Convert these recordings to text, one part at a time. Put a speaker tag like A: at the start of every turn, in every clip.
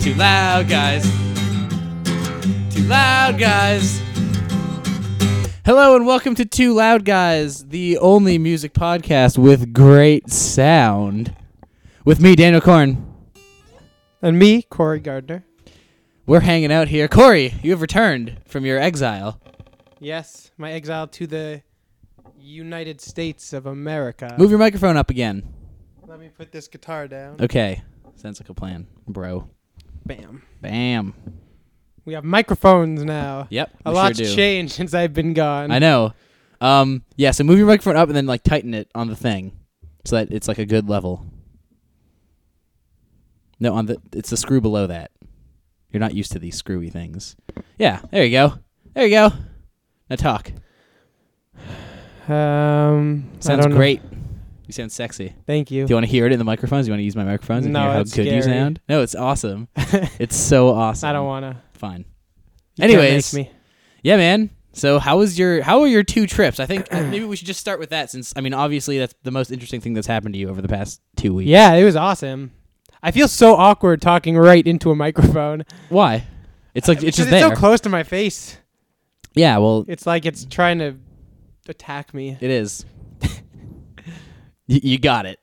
A: Too loud, guys. Too loud, guys. Hello and welcome to Too Loud Guys, the only music podcast with great sound. With me, Daniel Korn.
B: And me, Corey Gardner.
A: We're hanging out here. Corey, you have returned from your exile.
B: Yes, my exile to the United States of America.
A: Move Uh, your microphone up again.
B: Let me put this guitar down.
A: Okay. Sounds like a plan, bro.
B: Bam.
A: Bam.
B: We have microphones now.
A: Yep.
B: A
A: we
B: lot's
A: sure do.
B: changed since I've been gone.
A: I know. Um, yeah, so move your microphone up and then like tighten it on the thing so that it's like a good level. No, on the it's the screw below that. You're not used to these screwy things. Yeah, there you go. There you go. Now talk.
B: Um, I
A: Sounds
B: don't know.
A: great. You sound sexy.
B: Thank
A: Do
B: you.
A: you want to hear it in the microphones? Do you want to use my microphones and
B: No,
A: hear how good
B: it's
A: you
B: scary.
A: sound? No, it's awesome. it's so awesome.
B: I don't wanna.
A: Fine.
B: you can't
A: Anyways.
B: make me.
A: Yeah, man. So how was your how were your two trips? I think uh, maybe we should just start with that since I mean obviously that's the most interesting thing that's happened to you over the past two weeks.
B: Yeah, it was awesome. I feel so awkward talking right into a microphone.
A: Why? It's like it's
B: Because
A: just there.
B: so close to my face.
A: yeah, well,
B: It's like it's trying to attack me.
A: it is. Y- you got it.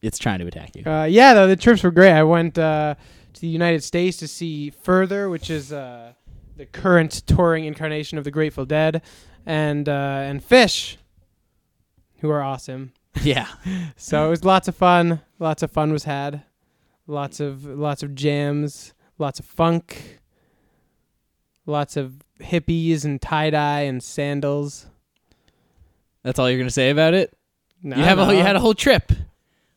A: It's trying to attack you.
B: Uh, yeah, though the trips were great. I went uh, to the United States to see Further, which is uh, the current touring incarnation of the Grateful Dead, and uh, and Fish, who are awesome.
A: yeah.
B: So it was lots of fun. Lots of fun was had. Lots of lots of jams. Lots of funk. Lots of hippies and tie dye and sandals.
A: That's all you're going to say about it?
B: No,
A: you have a,
B: no.
A: whole- you had a whole trip.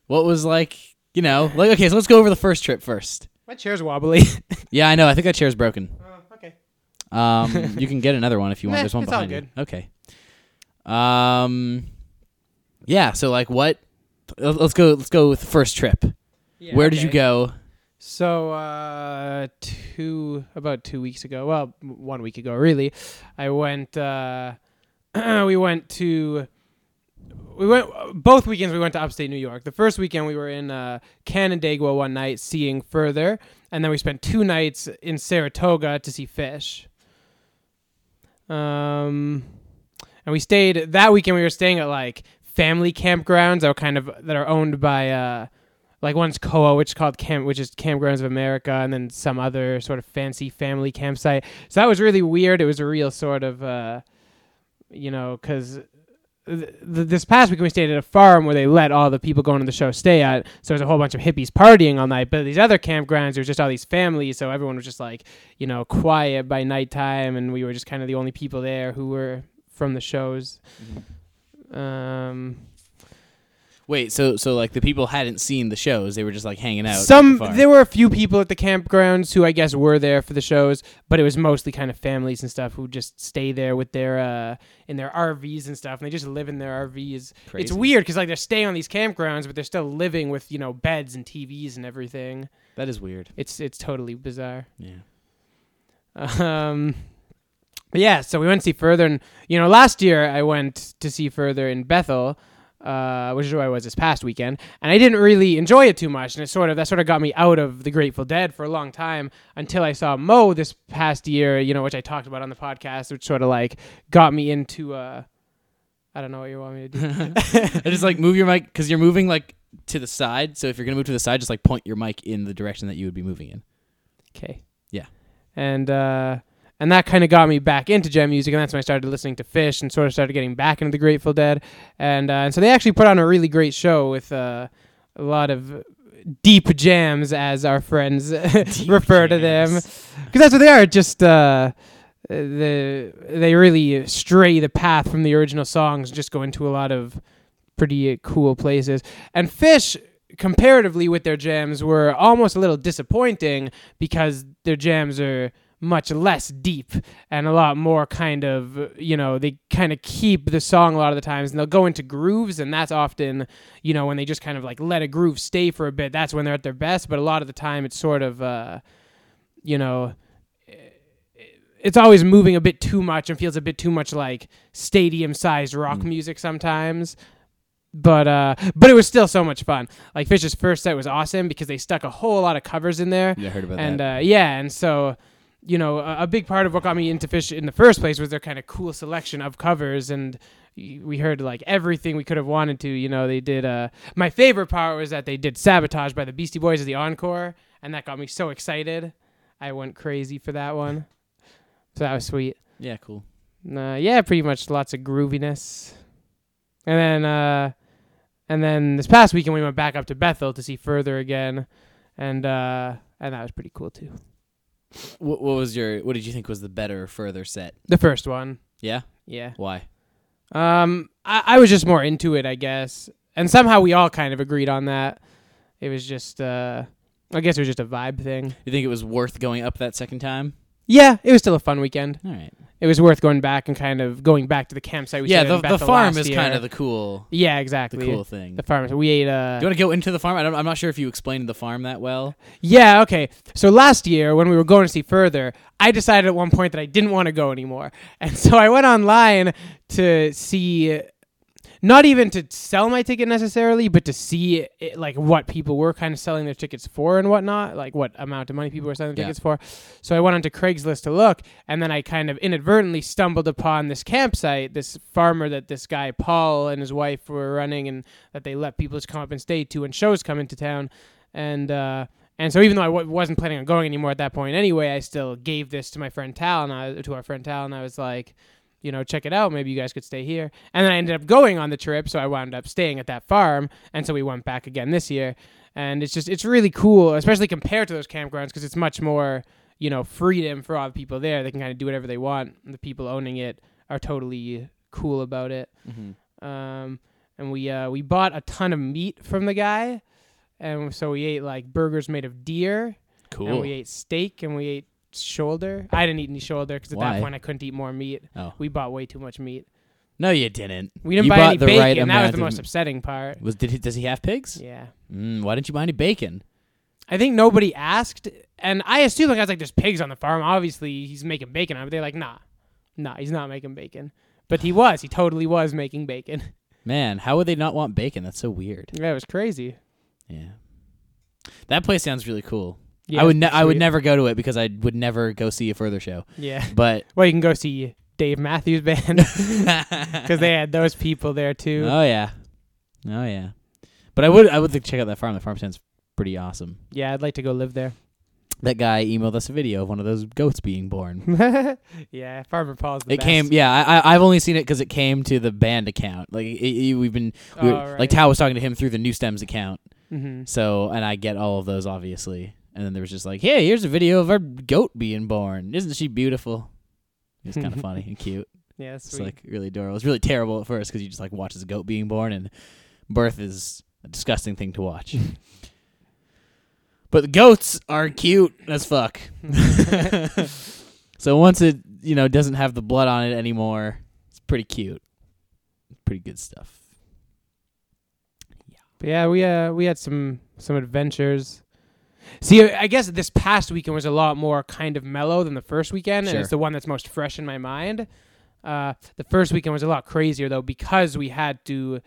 A: What was like, you know, like okay, so let's go over the first trip first.
B: my chair's wobbly. Uh,
A: Yeah, I know. I think that chair's broken.
B: okay.
A: Um, you can get another one if you want.
B: Nah,
A: There's one
B: Eh, it's all
A: behind you. Okay. Um, yeah. So like, what? l- Let's go. Let's go with the first trip. Where did you go?
B: So, uh, two about two weeks ago, well, m- one week ago, really, I went. Uh, we went to. We went both weekends. We went to upstate New York. The first weekend we were in uh, Canandaigua one night, seeing further, and then we spent two nights in Saratoga to see fish. Um, and we stayed that weekend. We were staying at like family campgrounds that were kind of that are owned by uh, like one's Koa, which is called camp, which is Campgrounds of America, and then some other sort of fancy family campsite. So that was really weird. It was a real sort of, uh, you know, because th- th- this past week we stayed at a farm where they let all the people going to the show stay at. So there's a whole bunch of hippies partying all night. But these other campgrounds, there's just all these families, so everyone was just like, you know, quiet by nighttime, and we were just kind of the only people there who were from the shows. Um,
A: Wait. So so like the people hadn't seen the shows. They were just like hanging out. at
B: Some
A: the farm.
B: there were a few people at the campgrounds who I guess were there for the shows, but it was mostly kind of families and stuff who just stay there with their uh in their RVs and stuff, and they just live in their RVs. It's
A: Crazy.
B: weird because like they're staying on these campgrounds, but they're still living with you know beds and TVs and everything.
A: That is weird.
B: It's it's totally bizarre.
A: Yeah.
B: Um, but yeah, so we went to see further, and you know, last year I went to see further in Bethel, uh, which is where I was this past weekend, and I didn't really enjoy it too much, and it sort of that sort of got me out of the Grateful Dead for a long time until I saw Mo this past year, you know, which I talked about on the podcast, which sort of like got me into. Uh, I don't know what you want me to do.
A: I just like move your mic because you're moving like to the side. So if you're gonna move to the side, just like point your mic in the direction that you would be moving in.
B: Okay.
A: Yeah.
B: And uh, and that kind of got me back into jam music, and that's when I started listening to Fish and sort of started getting back into the Grateful Dead, and uh, and so they actually put on a really great show with uh, a lot of deep jams, as our friends refer to them, because that's what they are. Just uh, the they really stray the path from the original songs, just go into a lot of pretty uh, cool places. And Fish, comparatively with their jams, were almost a little disappointing because their jams are much less deep and a lot more kind of you know they kind of keep the song a lot of the times and they'll go into grooves and that's often you know when they just kind of like let a groove stay for a bit that's when they're at their best but a lot of the time it's sort of uh you know eh, it's always moving a bit too much and feels a bit too much like stadium sized rock music sometimes but uh, but it was still so much fun. Like Fish's first set was awesome because they stuck a whole lot of covers in there,
A: Yeah, I heard about
B: and
A: that.
B: uh, yeah, and so you know a, a big part of what got me into Fish in the first place was their kind of cool selection of covers, and y- we heard like everything we could have wanted to. You know, they did. Uh, my favorite part was that they did "Sabotage" by the Beastie Boys as the encore, and that got me so excited. I went crazy for that one, so that was sweet.
A: yeah, cool.
B: Uh, yeah, pretty much lots of grooviness. And then uh and then this past weekend we went back up to Bethel to see further again and uh and that was pretty cool too.
A: What, what was your? What did you think was the better or further set?
B: The first one.
A: Yeah.
B: Yeah.
A: Why?
B: Um I, I was just more into it, I guess. And somehow we all kind of agreed on that. It was just uh I guess it was just a vibe thing.
A: You think it was worth going up that second time?
B: Yeah, it was still a fun weekend.
A: All right.
B: It was worth going back and kind of going back to the campsite we
A: yeah,
B: stayed
A: the,
B: in
A: the
B: Bethel
A: farm
B: last
A: is
B: year.
A: kind of the cool,
B: Yeah,
A: the
B: exactly.
A: cool thing.
B: The farm. We ate uh
A: Do you want to go into the farm? I don't, I'm not sure if you explained the farm that well.
B: Yeah, okay. So last year, when we were going to see further, I decided at one point that I didn't want to go anymore. And so I went online to see, not even to sell my ticket necessarily, but to see it, like what people were kind of selling their tickets for and whatnot, like what amount of money people were selling their
A: Yeah.
B: tickets for. So I went onto Craigslist to look, and then I kind of inadvertently stumbled upon this campsite, this farmer that this guy Paul and his wife were running, and that they let people just come up and stay to when shows come into town. And uh, and so even though I w- wasn't planning on going anymore at that point anyway, I still gave this to my friend Tal and I, to our friend Tal, and I was like, you know, check it out. Maybe you guys could stay here. And then I ended up going on the trip, so I wound up staying at that farm, and so we went back again this year. And it's just it's really cool, especially compared to those campgrounds, because it's much more you know freedom for all the people there. They can kind of do whatever they want. And the people owning it are totally cool about it
A: Mm-hmm.
B: um, and we uh, we bought a ton of meat from the guy, and so we ate like burgers made of deer, and
A: Cool.
B: we ate steak, and we ate shoulder. I didn't eat any shoulder because at
A: Why?
B: that point I couldn't eat more meat.
A: Oh.
B: We bought way too much meat.
A: No, you didn't.
B: We didn't
A: You
B: buy
A: bought
B: any
A: the
B: bacon.
A: right
B: that was
A: amount
B: the
A: of
B: most
A: m-
B: upsetting part.
A: Was did he, does he have pigs?
B: Yeah,
A: Mm, why didn't you buy any bacon?
B: I think nobody asked, and I assumed like I was like, "There's pigs on the farm. Obviously, he's making bacon." But they're like, "Nah, nah, he's not making bacon." But he was. He totally was making bacon.
A: Man, how would they not want bacon? That's so weird.
B: that was crazy.
A: Yeah. That place sounds really cool.
B: Yeah,
A: I
B: it
A: would
B: was
A: ne- I would
B: sweet.
A: never go to it because I would never go see a further show.
B: Yeah.
A: But
B: Well, you can go see Dave Matthews Band because they had those people there too.
A: Oh yeah. Oh yeah. But I would I would think check out that farm. The farm sounds pretty awesome.
B: Yeah, I'd like to go live there.
A: That guy emailed us a video of one of those goats being born.
B: yeah, Farmer Paul's the
A: It
B: best.
A: came, yeah. I, I I've only seen it because it came to the band account. Like it, it, we've been, we,
B: Oh, right.
A: like Tao was talking to him through the New Stems account.
B: Mhm.
A: So, and I get all of those obviously. And then there was just like, hey, here's a video of our goat being born. Isn't she beautiful? It was kind of funny and cute.
B: Yeah, that's
A: It's
B: sweet.
A: like really adorable. It's really terrible at first because you just like watch this goat being born, and birth is a disgusting thing to watch. but the goats are cute as fuck. so once it you know doesn't have the blood on it anymore, it's pretty cute. Pretty good stuff.
B: But yeah, we uh we had some some adventures. See, I I guess this past weekend was a lot more kind of mellow than the first weekend, and
A: Sure.
B: it's the one that's most fresh in my mind. Uh, the first weekend was a lot crazier though because we had to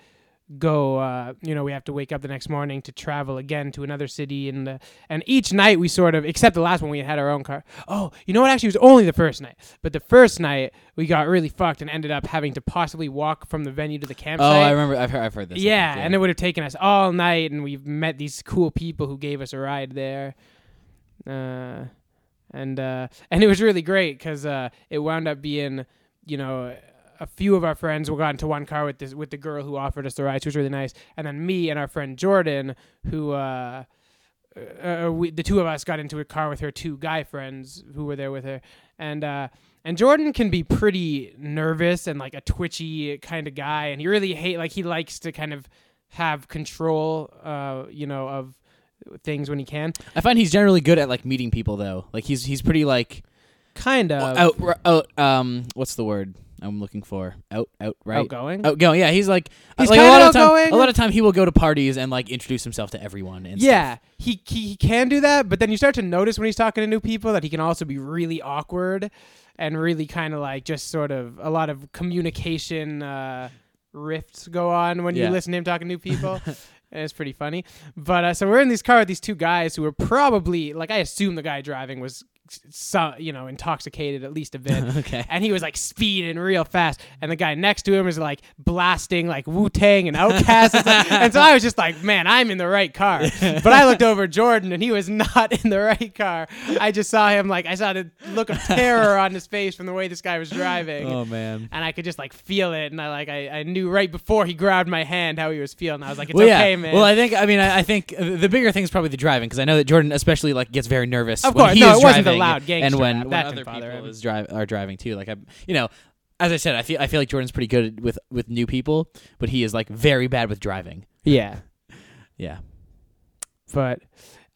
B: go. Uh, you know, we have to wake up the next morning to travel again to another city, and uh, and each night we sort of, except the last one, we had our own car. Oh, you know what? Actually, it was only the first night, but the first night we got really fucked and ended up having to possibly walk from the venue to the
A: Oh,
B: campsite.
A: I remember. I've heard. I've heard this. I
B: Yeah,
A: think,
B: and it would have taken us all night, and we've met these cool people who gave us a ride there, uh, and uh, and it was really great because uh, it wound up being, you know, a few of our friends got into one car with this with the girl who offered us the ride, which was really nice, and then me and our friend Jordan, who. Uh, uh, we, the two of us got into a car with her two guy friends who were there with her, and uh, and Jordan can be pretty nervous and like a twitchy kind of guy, and he really hate like he likes to kind of have control, uh, you know, of things when he can.
A: I find he's generally good at like meeting people though. Like he's he's pretty like
B: Kind of
A: out, out um what's the word I'm looking for out outright
B: outgoing.
A: outgoing. Oh, Yeah, he's like
B: He's
A: like, a
B: kinda
A: lot of time.
B: outgoing.
A: A lot of time he will go to parties and like introduce himself to everyone. And
B: yeah, he, he he can do that, but then you start to notice when he's talking to new people that he can also be really awkward and really kind of like just sort of a lot of communication uh, rifts go on when
A: Yeah.
B: you listen to him talking to new people. and it's pretty funny. But uh, so we're in this car with these two guys who were probably like I assume the guy driving was so, you know intoxicated at least a bit.
A: okay.
B: And he was like speeding real fast, and the guy next to him is like blasting like Wu Tang and Outkast, It's like- and so I was just like, "Man, I'm in the right car." But I looked over at Jordan, and he was not in the right car. I just saw him like I saw the look of terror on his face from the way this guy was driving,
A: Oh man.
B: and I could just like feel it, and I like I, I knew right before he grabbed my hand how he was feeling. I was like, "It's
A: well, yeah.
B: okay, man."
A: Well, I think I mean I, I think uh, the bigger thing is probably the driving because I know that Jordan especially like gets very nervous.
B: Of
A: when
B: course.
A: he
B: No,
A: is
B: it wasn't the
A: driving
B: loud
A: and
B: gangster
A: when,
B: rap.
A: when
B: That
A: other
B: didn't bother
A: people
B: him.
A: is drive are driving too. Like I, you know, as I said, I feel I feel like Jordan's pretty good with with new people, but he is like very bad with driving.
B: yeah.
A: Yeah.
B: but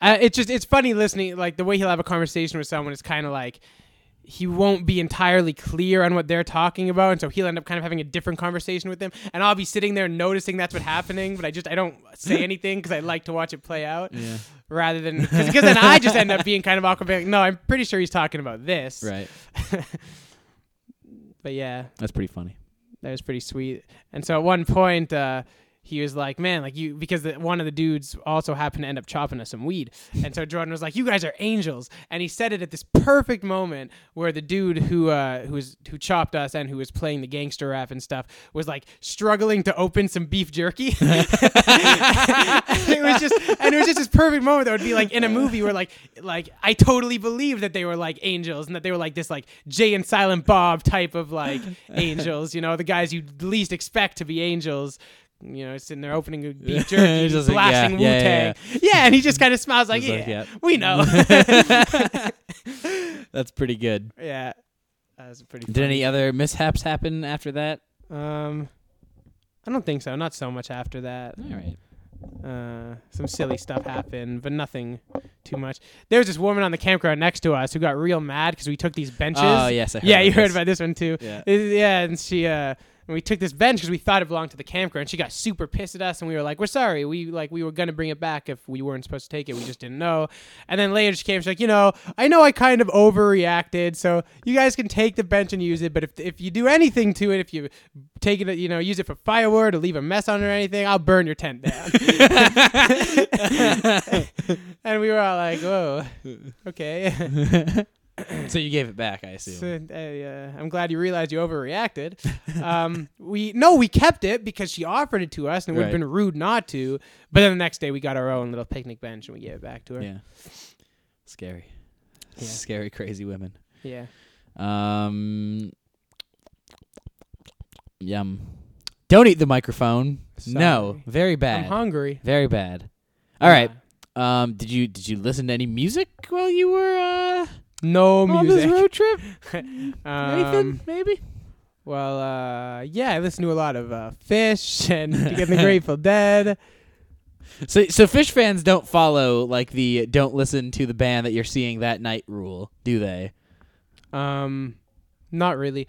B: uh, it's just it's funny listening like the way he'll have a conversation with someone is kind of like he won't be entirely clear on what they're talking about and so he'll end up kind of having a different conversation with them and i'll be sitting there noticing that's what's happening but i just i don't say anything because i like to watch it play out
A: Yeah.
B: rather than because then i just end up being kind of awkward being like, no i'm pretty sure he's talking about this
A: Right.
B: but yeah
A: That's pretty funny.
B: that was pretty sweet. And so at one point, uh, he was like, "Man, like you," because the, one of the dudes also happened to end up chopping us some weed. And so Jordan was like, "You guys are angels," and he said it at this perfect moment where the dude who uh, who was who chopped us and who was playing the gangster rap and stuff was like struggling to open some beef jerky. and it was just and it was just this perfect moment that would be like in a movie where like like I totally believed that they were like angels and that they were like this like Jay and Silent Bob type of like angels, you know, the guys you least expect to be angels. You know, sitting there opening a beef jerky,
A: Just like, yeah, yeah,
B: blasting Wu
A: yeah,
B: Tang. Yeah, and he just kind of smiles like,
A: He's
B: yeah,
A: like, "Yep."
B: we know.
A: That's pretty good.
B: yeah, that was pretty.
A: Did any other mishaps happen after that?
B: Um, I don't think so. Not so much after that.
A: All right.
B: uh, some silly stuff happened, but nothing too much. There was this woman on the campground next to us who got real mad because we took these benches.
A: Oh yes, I heard
B: yeah,
A: about
B: you heard
A: this.
B: about this one too.
A: Yeah.
B: Uh, Yeah, and she uh, and we took this bench because we thought it belonged to the campground. She got super pissed at us, and we were like, "We're sorry. We like we were gonna bring it back if we weren't supposed to take it. We just didn't know." And then later she came. She's like, "You know, I know I kind of overreacted, so you guys can take the bench and use it. But if if you do anything to it, if you take it, you know, use it for firewood or leave a mess on it or anything, I'll burn your tent down." and we were all like, "Whoa, okay."
A: so you gave it back, I assume.
B: So, uh, yeah, I'm glad you realized you overreacted. Um, we no, we kept it because she offered it to us, and it would have
A: Right.
B: been rude not to. But then the next day, we got our own little picnic bench, and we gave it back to her. Yeah,
A: yeah. Scary.
B: Yeah.
A: Scary, crazy women. Um. Yum. Don't eat the microphone. No,
B: Sorry.
A: very
B: I'm
A: bad.
B: hungry.
A: very bad. All right.
B: Yeah.
A: Um. Did you did you listen to any music while you were uh,
B: no
A: on this
B: music.
A: road trip?
B: Um,
A: Anything? Maybe.
B: well, uh, yeah, I listen to a lot of uh, Fish and To Get the Grateful Dead.
A: So so fish fans don't follow like the don't listen to the band that you're seeing that night rule, do they?
B: Um, not really.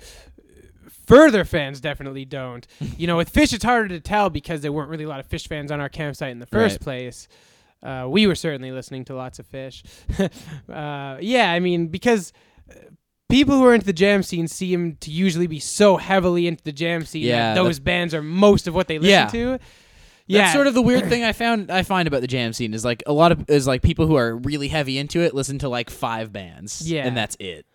B: Further fans definitely don't. you know, with fish, it's harder to tell because there weren't really a lot of fish fans on our campsite in the first
A: Right.
B: place. Uh, we were certainly listening to lots of fish. uh, yeah, I mean, because uh, people who are into the jam scene seem to usually be so heavily into the jam scene
A: Yeah,
B: that those bands are most of what they listen
A: Yeah.
B: to.
A: Yeah.
B: Yeah,
A: That's sort of the weird thing I found I find about the jam scene is like a lot of is like people who are really heavy into it listen to like five bands.
B: Yeah.
A: And that's it.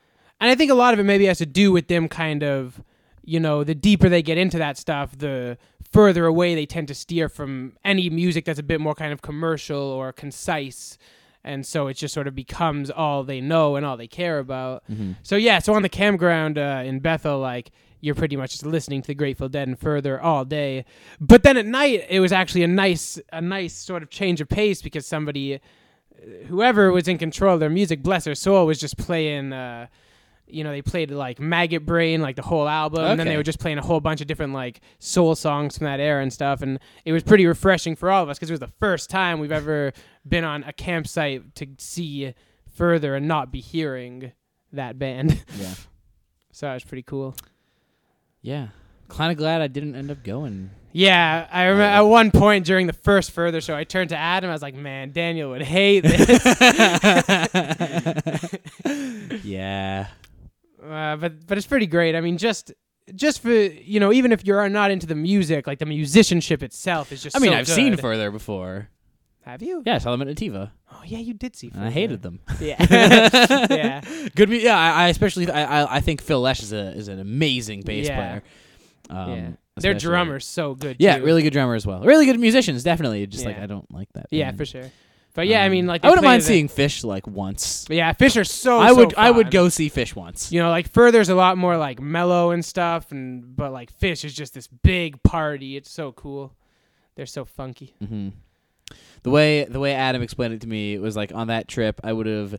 B: and I think a lot of it maybe has to do with them kind of, you know, the deeper they get into that stuff, the further away they tend to steer from any music that's a bit more kind of commercial or concise. And so it just sort of becomes all they know and all they care about. So yeah, so on the campground uh, in Bethel, like you're pretty much just listening to the Grateful Dead and Further all day. But then at night, it was actually a nice, a nice sort of change of pace because somebody, uh, whoever was in control of their music, bless their soul, was just playing. Uh, you know, they played like Maggot Brain, like the whole album, and then
A: Okay.
B: they were just playing a whole bunch of different like soul songs from that era and stuff. And it was pretty refreshing for all of us because it was the first time we've ever been on a campsite to see further and not be hearing that band.
A: Yeah.
B: so that was pretty cool.
A: Yeah. Kinda glad I didn't end up going.
B: Yeah, I remember at one point during the first further show, I turned to Adam. I was like, "Man, Daniel would hate this."
A: yeah.
B: uh, but but it's pretty great. I mean, just just for you know, even if you're not into the music, like the musicianship itself is just.
A: I mean,
B: so
A: I've seen
B: good.
A: Further before.
B: Have you?
A: Yeah, I saw them at Nativa,
B: Oh yeah, you did see.
A: and I
B: Further.
A: hated them.
B: Yeah, yeah.
A: Good. mu- Yeah, I, I especially I, I I think Phil Lesh is a is an amazing bass
B: Yeah.
A: player. Um,
B: yeah. Their
A: especially-
B: drummer's so good.
A: Yeah,
B: too.
A: really good drummer as well. Really good musicians, definitely. Just like
B: Yeah.
A: I don't like that.
B: Yeah,
A: band.
B: for sure. But yeah, I
A: Mm. Um,
B: mean, like
A: I wouldn't
B: they play
A: mind
B: the-
A: seeing Fish like once.
B: Yeah, Fisher's so.
A: I
B: Oh, so
A: would I would
B: fun.
A: go see Fish once.
B: You know, like Further's a lot more like mellow and stuff, and but like Fish is just this big party. It's so cool. They're so funky.
A: hmm The way the way Adam explained it to me was like on that trip I would have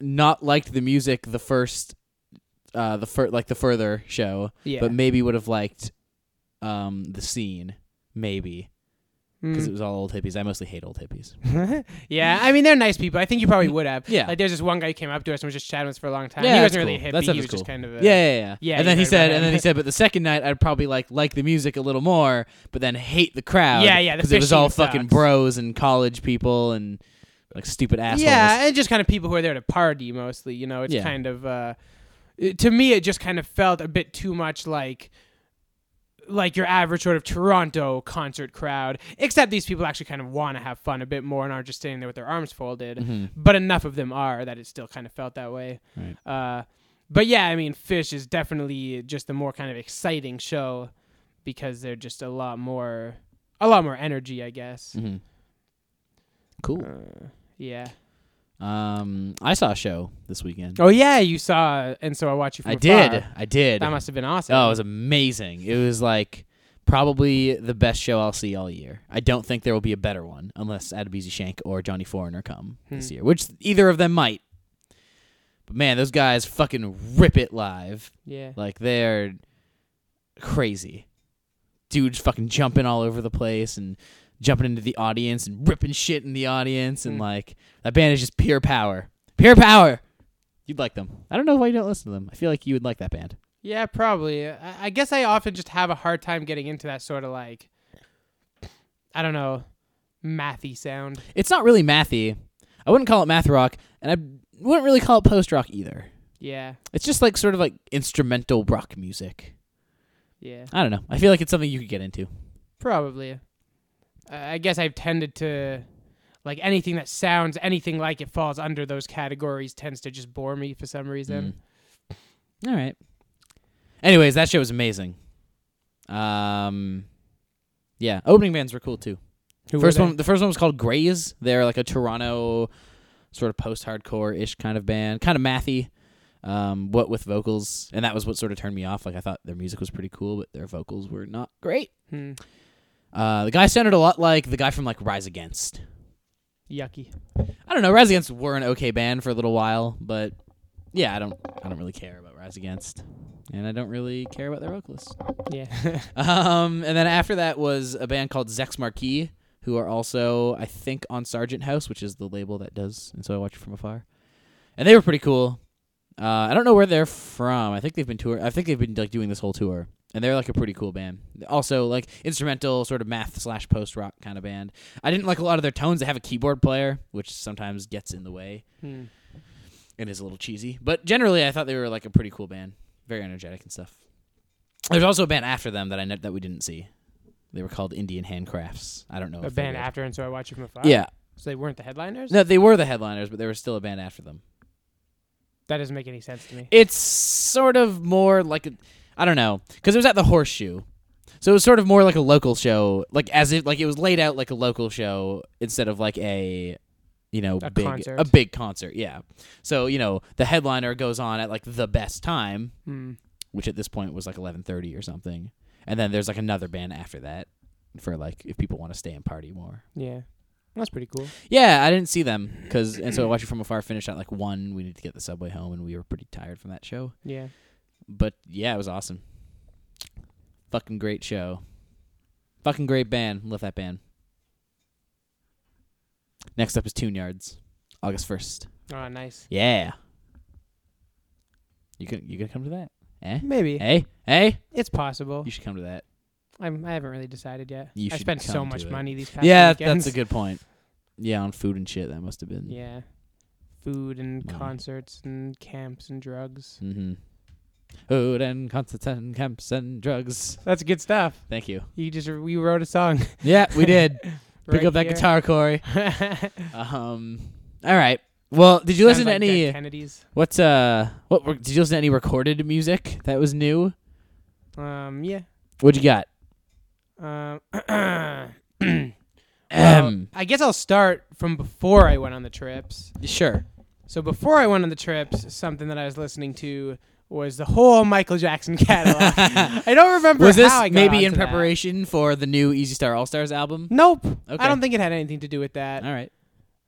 A: not liked the music the first uh the fir- like the further show,
B: Yeah,
A: but maybe would have liked um the scene maybe because it was all old hippies. I mostly hate old hippies.
B: Mm. yeah. I mean, they're nice people. I think you probably would have.
A: Mm, Yeah.
B: Like, there's this one guy who came up to us and was just chatting with us for a long time.
A: Yeah,
B: he
A: that's
B: wasn't really
A: cool.
B: a hippie.
A: That stuff
B: he
A: is
B: was just
A: cool.
B: kind of
A: Yeah,
B: a,
A: yeah, yeah.
B: Yeah,
A: and then he
B: you're right
A: said,
B: about
A: and then he
B: him.
A: said, but the second night I'd probably like like the music a little more, but then hate the crowd.
B: Yeah, yeah, the
A: because it was
B: fishing
A: all fucking
B: sucks.
A: bros and college people and like stupid assholes.
B: Yeah, and just kind of people who are there to party mostly. You know, it's
A: Yeah.
B: kind of uh, it- to me, it just kind of felt a bit too much like like your average sort of Toronto concert crowd. Except these people actually kind of want to have fun a bit more and aren't just standing there with their arms folded.
A: Mhm.
B: But enough of them are that it still kind of felt that way.
A: Right.
B: Uh, but yeah, I mean, Fish is definitely just the more kind of exciting show because they're just a lot more a lot more energy, I guess.
A: Mhm. Cool.
B: Uh, yeah. Uh,
A: Um, I saw a show this weekend.
B: Oh yeah, you saw, and so I watched you. From
A: I did.
B: afar.
A: I did.
B: That must have been awesome.
A: Oh, it was amazing. It was like probably the best show I'll see all year. I don't think there will be a better one unless Adebisi Shank or Johnny Foreigner come this
B: Hmm.
A: year, which either of them might. But man, those guys fucking rip it live.
B: yeah.
A: Like they're crazy. Dudes fucking jumping all over the place and jumping into the audience and ripping shit in the audience and
B: Hmm.
A: like that band is just pure power. Pure power. You'd like them. I don't know why you don't listen to them. I feel like you would like that band.
B: Yeah, probably. I, I guess I often just have a hard time getting into that sort of like, I don't know, mathy sound.
A: It's not really mathy. I wouldn't call it math rock, and I wouldn't really call it post rock either.
B: Yeah,
A: It's just like sort of like instrumental rock music.
B: yeah,
A: I don't know. I feel like it's something you could get into.
B: probably. I I guess I've tended to like anything that sounds anything like it falls under those categories tends to just bore me for some reason.
A: Mm. All right. Anyways, that show was amazing. Um, yeah, opening bands were cool too.
B: Who were
A: first
B: they?
A: one, the first one was called Grays. They're like a Toronto sort of post-hardcore ish kind of band, kind of mathy. Um, what with vocals, and that was what sort of turned me off. Like I thought their music was pretty cool, but their vocals were not great.
B: Hmm.
A: Uh, the guy sounded a lot like the guy from like Rise Against.
B: Hmm. Yucky.
A: I don't know. Rise Against were an okay band for a little while, but yeah, I don't, I don't really care about Rise Against, and I don't really care about their vocalists.
B: Yeah.
A: Um, and then after that was a band called Zex Marquis, who are also, I think, on Sergeant House, which is the label that does. And so I watch it from afar, and they were pretty cool. Uh, I don't know where they're from. I think they've been tour. I think they've been like doing this whole tour, and they're like a pretty cool band. Also, like instrumental, sort of math slash post rock kind of band. I didn't like a lot of their tones. They have a keyboard player, which sometimes gets in the way
B: Hmm.
A: and is a little cheesy. But generally, I thought they were like a pretty cool band, very energetic and stuff. There's also a band after them that I ne- that we didn't see. They were called Indian Handcrafts. I don't know.
B: A
A: if they're
B: band
A: good.
B: after, and so I watched you from afar.
A: Oh, Yeah,
B: So they weren't the headliners.
A: no, they were the headliners, but they were still a band after them.
B: That doesn't make any sense to me.
A: It's sort of more like a, I don't know, because it was at the Horseshoe, so it was sort of more like a local show, like as if like it was laid out like a local show instead of like a, you know,
B: A
A: big
B: concert.
A: a big concert. Yeah, so you know the headliner goes on at like the best time,
B: Hmm.
A: which at this point was like 11:30 or something. And then there's like another band after that for like if people want to stay and party more.
B: Yeah. That's pretty cool.
A: Yeah, I didn't see them cuz and so I watched it from afar finish at like 1. We need to get the subway home and we were pretty tired from that show.
B: Yeah.
A: But yeah, it was awesome. Fucking great show. Fucking great band. Love that band. Next up is Tune Yards, August 1st.
B: Oh, nice.
A: Yeah. You can you gonna come to that? Eh?
B: Maybe.
A: Hey? Hey?
B: It's possible.
A: You should come to that.
B: I'm, I haven't really decided yet.
A: You
B: I
A: should
B: spent so
A: come
B: much
A: to it.
B: money these past
A: Yeah,
B: weekends.
A: that's a good point. Yeah, on food and shit, that must have been.
B: Yeah. Food and
A: Money. Mm.
B: concerts and camps and drugs.
A: hmm Food and concerts and camps and drugs.
B: That's good stuff.
A: Thank you.
B: You just we wrote a song.
A: Yeah, we did. Pick
B: right
A: up that
B: here.
A: guitar, Corey. Um, all right. Well, did you
B: Sounds
A: listen
B: like
A: to any?
B: Dead Kennedys?
A: What's uh? What were- did you listen to any recorded music that was new?
B: Um, yeah.
A: What you got?
B: Um, well,
A: Um,
B: I guess I'll start from before I went on the trips.
A: sure.
B: So before I went on the trips, something that I was listening to was the whole Michael Jackson catalog. I don't remember
A: Was this
B: how I got
A: maybe in
B: onto that.
A: preparation for the new Easy Star All Stars album?
B: Nope.
A: Okay.
B: I don't think it had anything to do with that.
A: All right.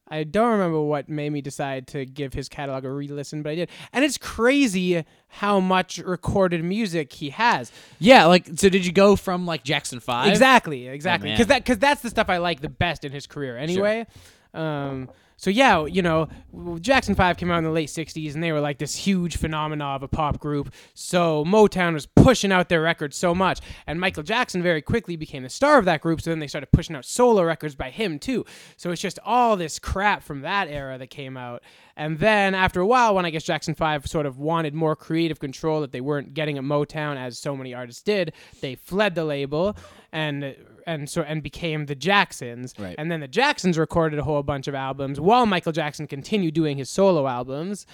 B: I don't remember what made me decide to give his catalog a re-listen, but I did. And it's crazy how much recorded music he has.
A: Yeah, like so. Did you go from like Jackson Five?
B: Exactly, exactly.
A: man.
B: Because that because that's the stuff I like the best in his career anyway. Um, so yeah, you know, w- Jackson Five came out in the late '60s, and they were like this huge phenomena of a pop group. So Motown was pushing out their records so much, and Michael Jackson very quickly became the star of that group. So then they started pushing out solo records by him too. So it's just all this crap from that era that came out. And then after a while, when I guess Jackson Five sort of wanted more creative control that they weren't getting at Motown as so many artists did, they fled the label and and so and became the Jacksons.
A: Right.
B: And then the Jacksons recorded a whole bunch of albums while Michael Jackson continued doing his solo albums.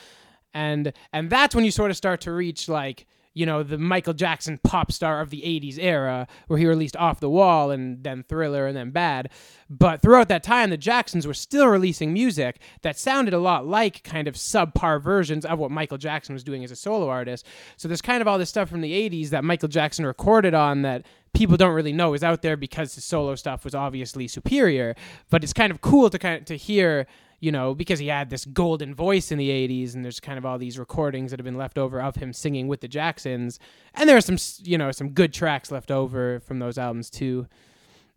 B: And and that's when you sort of start to reach like you know the Michael Jackson pop star of the 80s era where he released Off the Wall and then Thriller and then Bad. But throughout that time the Jacksons were still releasing music that sounded a lot like kind of subpar versions of what Michael Jackson was doing as a solo artist. So there's kind of all this stuff from the 80s that Michael Jackson recorded on that people don't really know is out there because his solo stuff was obviously superior. But it's kind of cool to kind of, to hear, you know, because he had this golden voice in the '80s, and there's kind of all these recordings that have been left over of him singing with the Jacksons, and there are some, s- you know, some good tracks left over from those albums too,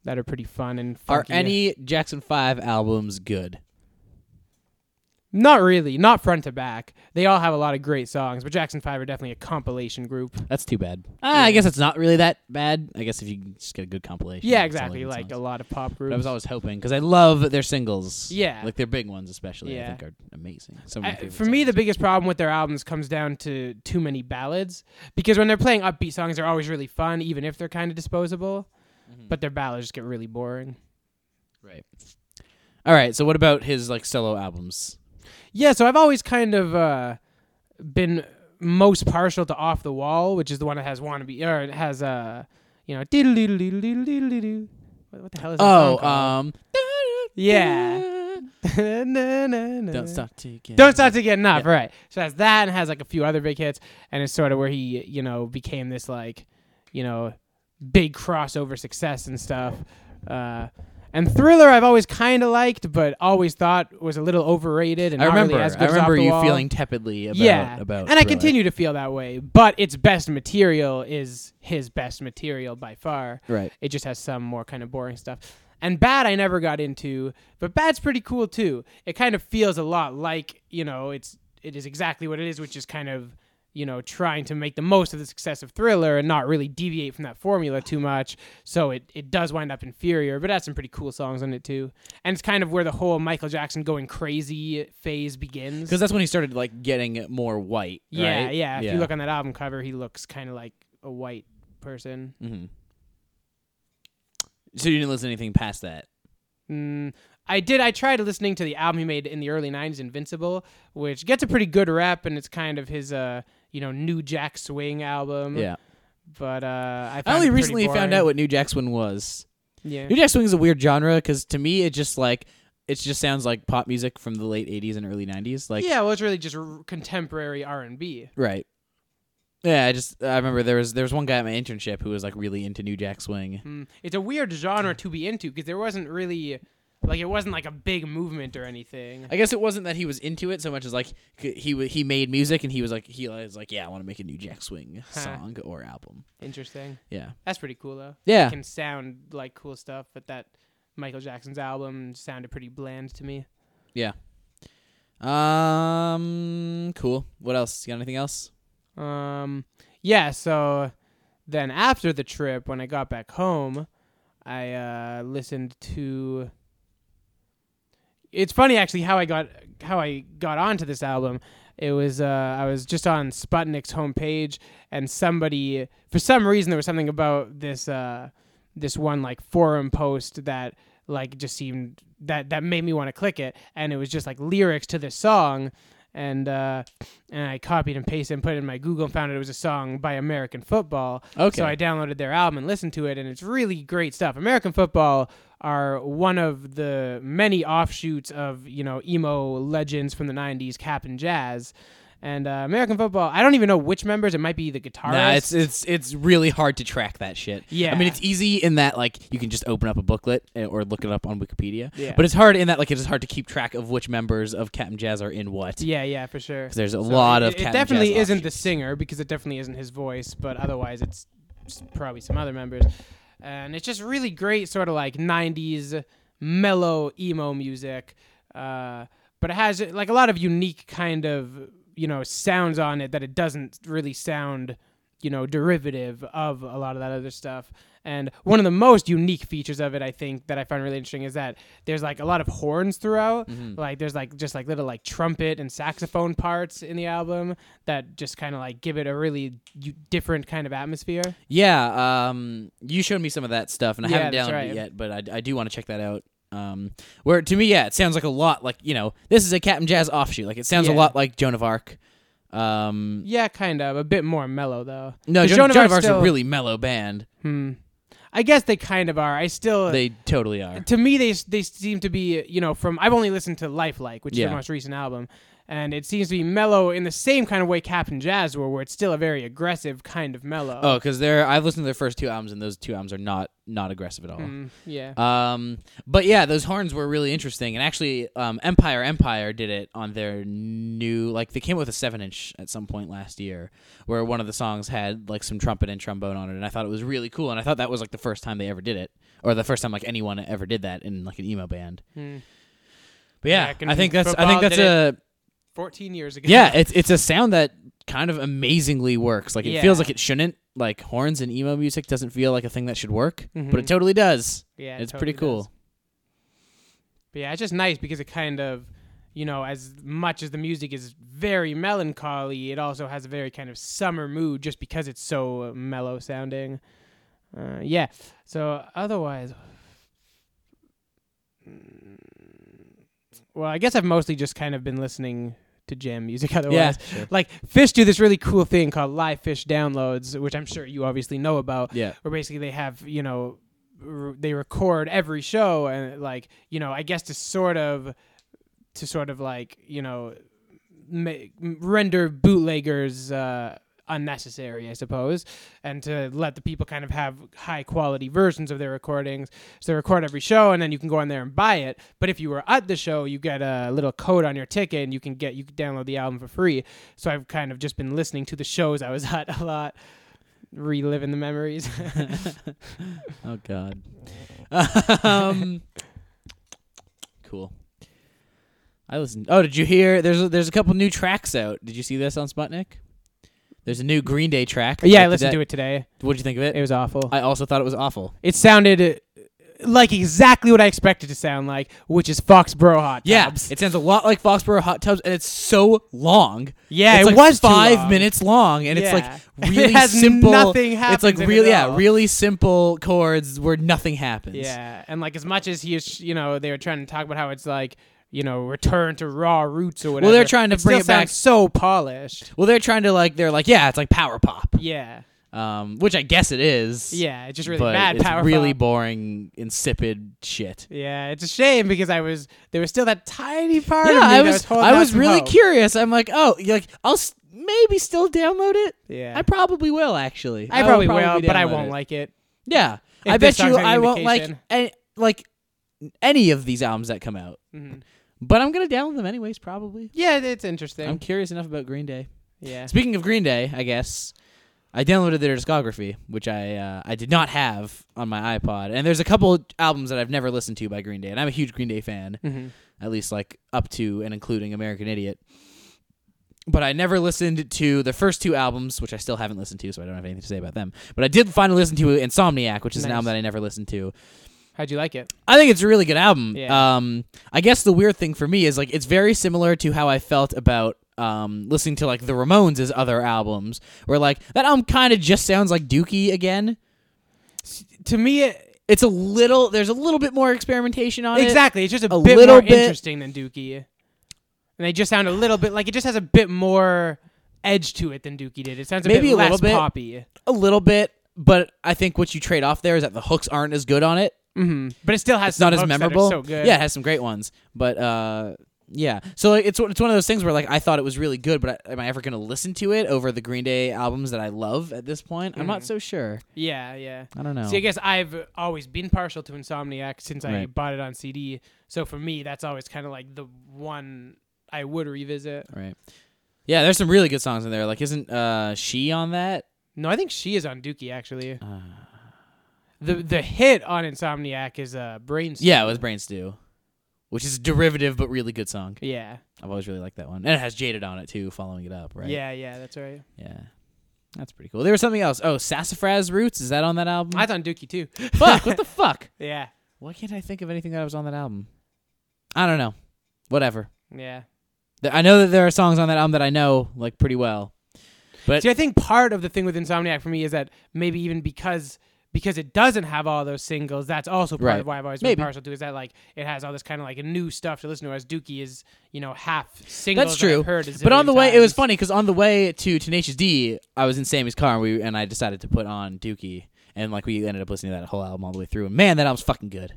B: that are pretty fun and
A: Are
B: funky.
A: any Jackson Five albums good?
B: Not really, not front to back. They all have a lot of great songs, but Jackson Five are definitely a compilation group.
A: That's too bad. Ah, I guess it's not really that bad. I guess if you just get a good compilation.
B: Yeah,
A: it's all
B: exactly,
A: good
B: like
A: songs.
B: a lot of pop groups.
A: But I was always hoping because I love their singles.
B: Yeah.
A: like their big ones especially. I
B: Yeah.
A: think are amazing. Some of my
B: I,
A: favorite
B: for me, the
A: songs.
B: biggest problem with their albums comes down to too many ballads. Because when they're playing upbeat songs, they're always really fun, even if they're kind of disposable.
A: Mhm.
B: But their ballads just get really boring.
A: right. All right. So what about his like solo albums?
B: Yeah, so I've always kind of uh, been most partial to "Off the Wall," which is the one that has "Wannabe" or it has uh, you know, diddle-diddle-diddle-diddle-diddle-diddle. What what the hell is that
A: Oh,
B: song called?
A: um,
B: Yeah. Na, na, na,
A: Don't
B: na.
A: stop to get.
B: Don't Stop to Get Enough,
A: Yeah.
B: right. So that's that and has like a few other big hits. And it's sort of where he, you know, became this like, you know, big crossover success and stuff. Uh, and Thriller I've always kind of liked, but always thought was a little overrated and
A: I
B: not
A: remember.
B: really as good
A: I
B: as Off
A: remember
B: the
A: you
B: Wall.
A: feeling tepidly about
B: yeah,
A: about.
B: and I
A: Thriller.
B: continue to feel that way. But its best material is his best material by far.
A: Right.
B: It just has some more kind of boring stuff. And bad I never got into, but bad's pretty cool too. It kind of feels a lot like, you know, it's it is exactly what it is, which is kind of, you know, trying to make the most of the success of thriller and not really deviate from that formula too much. So it, it does wind up inferior, but it has some pretty cool songs on it too. And it's kind of where the whole Michael Jackson going crazy phase begins.
A: Because that's when he started like getting more white.
B: Yeah,
A: right?
B: yeah. If
A: yeah.
B: you look on that album cover, he looks kinda like a white person.
A: hmm So you didn't listen to anything past that.
B: Mm, I did. I tried listening to the album he made in the early '90s, "Invincible," which gets a pretty good rep, and it's kind of his, uh, you know, new Jack Swing album.
A: Yeah.
B: But uh, I,
A: I
B: found
A: only
B: it pretty
A: recently found
B: boring.
A: out what New Jack Swing was.
B: Yeah.
A: New Jack Swing is a weird genre because to me it just like it just sounds like pop music from the late '80s and early '90s. Like
B: yeah. Well, it's really just r- contemporary R and B.
A: right. Yeah, I just I remember there was there was one guy at my internship who was like really into New Jack Swing.
B: Mm. It's a weird genre to be into because there wasn't really, like, it wasn't like a big movement or anything.
A: I guess it wasn't that he was into it so much as like c- he w- he made music and he was like he was like yeah I want to make a New Jack Swing
B: Huh.
A: song or album.
B: Interesting.
A: Yeah,
B: That's pretty cool though.
A: yeah.
B: It can sound like cool stuff, but that Michael Jackson's album sounded pretty bland to me.
A: Um, cool. What else? You got anything else?
B: Um, yeah, so then after the trip, when I got back home, I uh, listened to. It's funny actually how I got how I got onto this album It was uh, I was just on Sputnik's homepage, and somebody for some reason there was something about this uh, this one like forum post that like just seemed that that made me want to click it, and it was just like lyrics to this song. And uh, and I copied and pasted and put it in my Google and found out it was a song by American Football.
A: Okay.
B: So I downloaded their album and listened to it, and it's really great stuff. American Football are one of the many offshoots of you know emo legends from the '90s, Cap and Jazz, and uh, American Football. I don't even know which members. It might be the guitarist.
A: Nah, it's it's it's really hard to track that shit.
B: Yeah.
A: I mean it's easy in that like you can just open up a booklet eh, or look it up on Wikipedia.
B: Yeah.
A: But it's hard in that like it is hard to keep track of which members of Captain Jazz are in what.
B: yeah, yeah, for sure.
A: 'Cause there's a
B: So
A: lot
B: it,
A: of
B: it,
A: Captain
B: definitely
A: Jazz
B: isn't the
A: offshoots.
B: singer because it definitely isn't his voice, but otherwise it's s- probably some other members, and it's just really great, sort of like '90s mellow emo music. Uh, but it has like a lot of unique kind of you know sounds on it that it doesn't really sound you know derivative of a lot of that other stuff. And one of the most unique features of it, I think, that I find really interesting is that there's like a lot of horns throughout.
A: Mm-hmm.
B: Like there's like just like little like trumpet and saxophone parts in the album that just kind of like give it a really u- different kind of atmosphere.
A: Yeah, um, you showed me some of that stuff, and I
B: Yeah,
A: haven't
B: that's
A: downloaded
B: right.
A: it yet, but I, I do want to check that out. Um, where to me, yeah, it sounds like a lot like you know this is a Captain Jazz offshoot. Like it sounds a
B: Yeah.
A: lot like Joan of Arc. Um,
B: Yeah, kind of a bit more mellow though.
A: no,
B: 'Cause
A: Joan, Joan of Arc's
B: still-
A: a really mellow band.
B: Hmm. I guess they kind of are. I still
A: They totally are.
B: to me they they seem to be you know from I've only listened to Lifelike, which is
A: Yeah.
B: their most recent album, and it seems to be mellow in the same kind of way Cap and Jazz were, where it's still a very aggressive kind of mellow.
A: Oh, because they're I've listened to their first two albums, and those two albums are not not aggressive at all.
B: Mm, yeah.
A: Um, but yeah, those horns were really interesting, and actually, um, Empire Empire did it on their new like they came with a seven inch at some point last year, where one of the songs had like some trumpet and trombone on it, and I thought it was really cool, and I thought that was like the first time they ever did it, or the first time like anyone ever did that in like an emo band.
B: Hmm.
A: But yeah,
B: Yeah,
A: I think
B: Canadian
A: that's I
B: football
A: think that's
B: did
A: a
B: Fourteen years ago.
A: yeah, it's it's a sound that kind of amazingly works. Like it
B: Yeah.
A: feels like it shouldn't. Like horns and emo music doesn't feel like a thing that should work, but it
B: Mhm.
A: totally does.
B: Yeah, it
A: it's pretty
B: totally
A: cool.
B: does. But yeah, it's just nice because it kind of, you know, as much as the music is very melancholy, it also has a very kind of summer mood just because it's so mellow sounding. Uh, yeah. So otherwise, Mm, well, I guess I've mostly just kind of been listening to jam music. Otherwise,
A: Yeah,
B: like Fish do this really cool thing called live Fish downloads, which I'm sure you obviously know about
A: yeah.
B: where basically they have you know r- they record every show and like you know i guess to sort of to sort of like you know ma- render bootleggers uh unnecessary i suppose and to let the people kind of have high quality versions of their recordings so they record every show and then you can go on there and buy it but if you were at the show you get a little code on your ticket and you can get you can download the album for free so i've kind of just been listening to the shows i was at a lot reliving the memories
A: Oh God. um, cool. I listened. Oh, did you hear? There's a, there's a couple new tracks out. Did you see this on Sputnik? There's a new Green Day track.
B: Yeah, I listened to it today.
A: What'd you think of it?
B: It was awful.
A: I also thought it was awful.
B: it sounded uh, like exactly what I expected to sound like, which is Foxborough Hot
A: Yeah,
B: Tubs.
A: it sounds a lot like Foxborough Hot Tubs, and it's so long.
B: Yeah,
A: it's like
B: it was too
A: five
B: long.
A: minutes long, and it's
B: Yeah.
A: like really
B: It has
A: simple.
B: nothing
A: it's like
B: happens in it
A: really,
B: at
A: yeah,
B: all.
A: really simple chords where nothing happens.
B: Yeah, and like as much as he is, you know, they were trying to talk about how it's like, you know, return to raw roots or whatever.
A: they're trying to
B: it still
A: bring it back-
B: sounds so polished.
A: Well, they're trying to like, they're like, yeah, it's like power pop,
B: Yeah,
A: um, which I guess it is.
B: yeah, it's just really
A: but
B: bad.
A: It's
B: power
A: really
B: pop.
A: boring, insipid shit.
B: yeah, it's a shame because I was there was still that tiny part. of
A: yeah,
B: me
A: I
B: that
A: was,
B: holding
A: I
B: out
A: was
B: some
A: really
B: hope.
A: curious. I'm like, oh, like I'll s- maybe still download it.
B: Yeah,
A: I probably will actually.
B: I
A: will
B: probably, will, but I
A: download
B: won't
A: it.
B: like it.
A: Yeah,
B: If
A: I
B: this
A: bet you
B: song's any
A: I won't like
B: indication.
A: any, like any of these albums that come out,
B: Mhm.
A: but I'm gonna download them anyways. Probably.
B: Yeah, it's interesting.
A: I'm curious enough about Green Day.
B: yeah.
A: Speaking of Green Day, I guess I downloaded their discography, which I uh, I did not have on my iPod, and there's a couple albums that I've never listened to by Green Day, and I'm a huge Green Day fan,
B: Mm-hmm.
A: at least like up to and including American Idiot. But I never listened to the first two albums, which I still haven't listened to, so I don't have anything to say about them. But I did finally listen to Insomniac, which is an
B: Nice.
A: album that I never listened to.
B: How'd you like it?
A: I think it's a really good album.
B: Yeah.
A: Um, I guess the weird thing for me is like it's very similar to how I felt about um, listening to like the Ramones' other albums, where like that album kind of just sounds like Dookie again.
B: To me, it,
A: It's a little there's a little bit more experimentation on it.
B: exactly. It's just a,
A: a
B: bit
A: little
B: more
A: bit-
B: interesting than Dookie. And they just sound a little bit like it just has a bit more edge to it than Dookie did. It sounds a
A: Maybe
B: bit
A: a little
B: less
A: bit.
B: poppy.
A: a little bit, but I think what you trade off there is that the hooks aren't as good on it.
B: hmm But it still has
A: Mm-hmm. It's not
B: some
A: as
B: hooks that are
A: memorable.
B: So good.
A: Yeah, it has some great ones, but uh, yeah. So like, it's one- it's one of those things where like I thought it was really good, but I, am I ever going to listen to it over the Green Day albums that I love at this point? I'm not
B: Mhm.
A: so sure.
B: yeah, yeah.
A: I don't know.
B: See, I guess I've always been partial to Insomniac since I
A: Right.
B: bought it on CD. So for me, that's always kind of like the one I would revisit.
A: right. Yeah, there's some really good songs in there. Like, isn't uh, she on that?
B: No, I think she is on Dookie actually.
A: Uh,
B: The the hit on Insomniac is uh Brain. Stew.
A: yeah, it was Brain Stew, which is a derivative but really good song.
B: Yeah.
A: I've always really liked that one, and it has Jaded on it too, following it up. Right.
B: Yeah, yeah, that's right.
A: Yeah. That's pretty cool. There was something else. Oh, Sassafras Roots. Is that on that album?
B: That's on Dookie too.
A: fuck. What the fuck?
B: Yeah.
A: Why can't I think of anything that was on that album? I don't know. Whatever.
B: Yeah.
A: Th- I know that there are songs on that album that I know like pretty well. But-
B: See, I think part of the thing with Insomniac for me is that maybe even because because it doesn't have all those singles, that's also part
A: Right.
B: of why I've always
A: Maybe.
B: been partial to is that like it has all this kind of like new stuff to listen to, as Dookie is you know half singles. that
A: true.
B: I've heard a
A: But on
B: zillion
A: the way, it was
B: times.
A: funny because on the way to Tenacious D, I was in Sammy's car and we and I decided to put on Dookie, and like we ended up listening to that whole album all the way through. And man, that album's fucking good.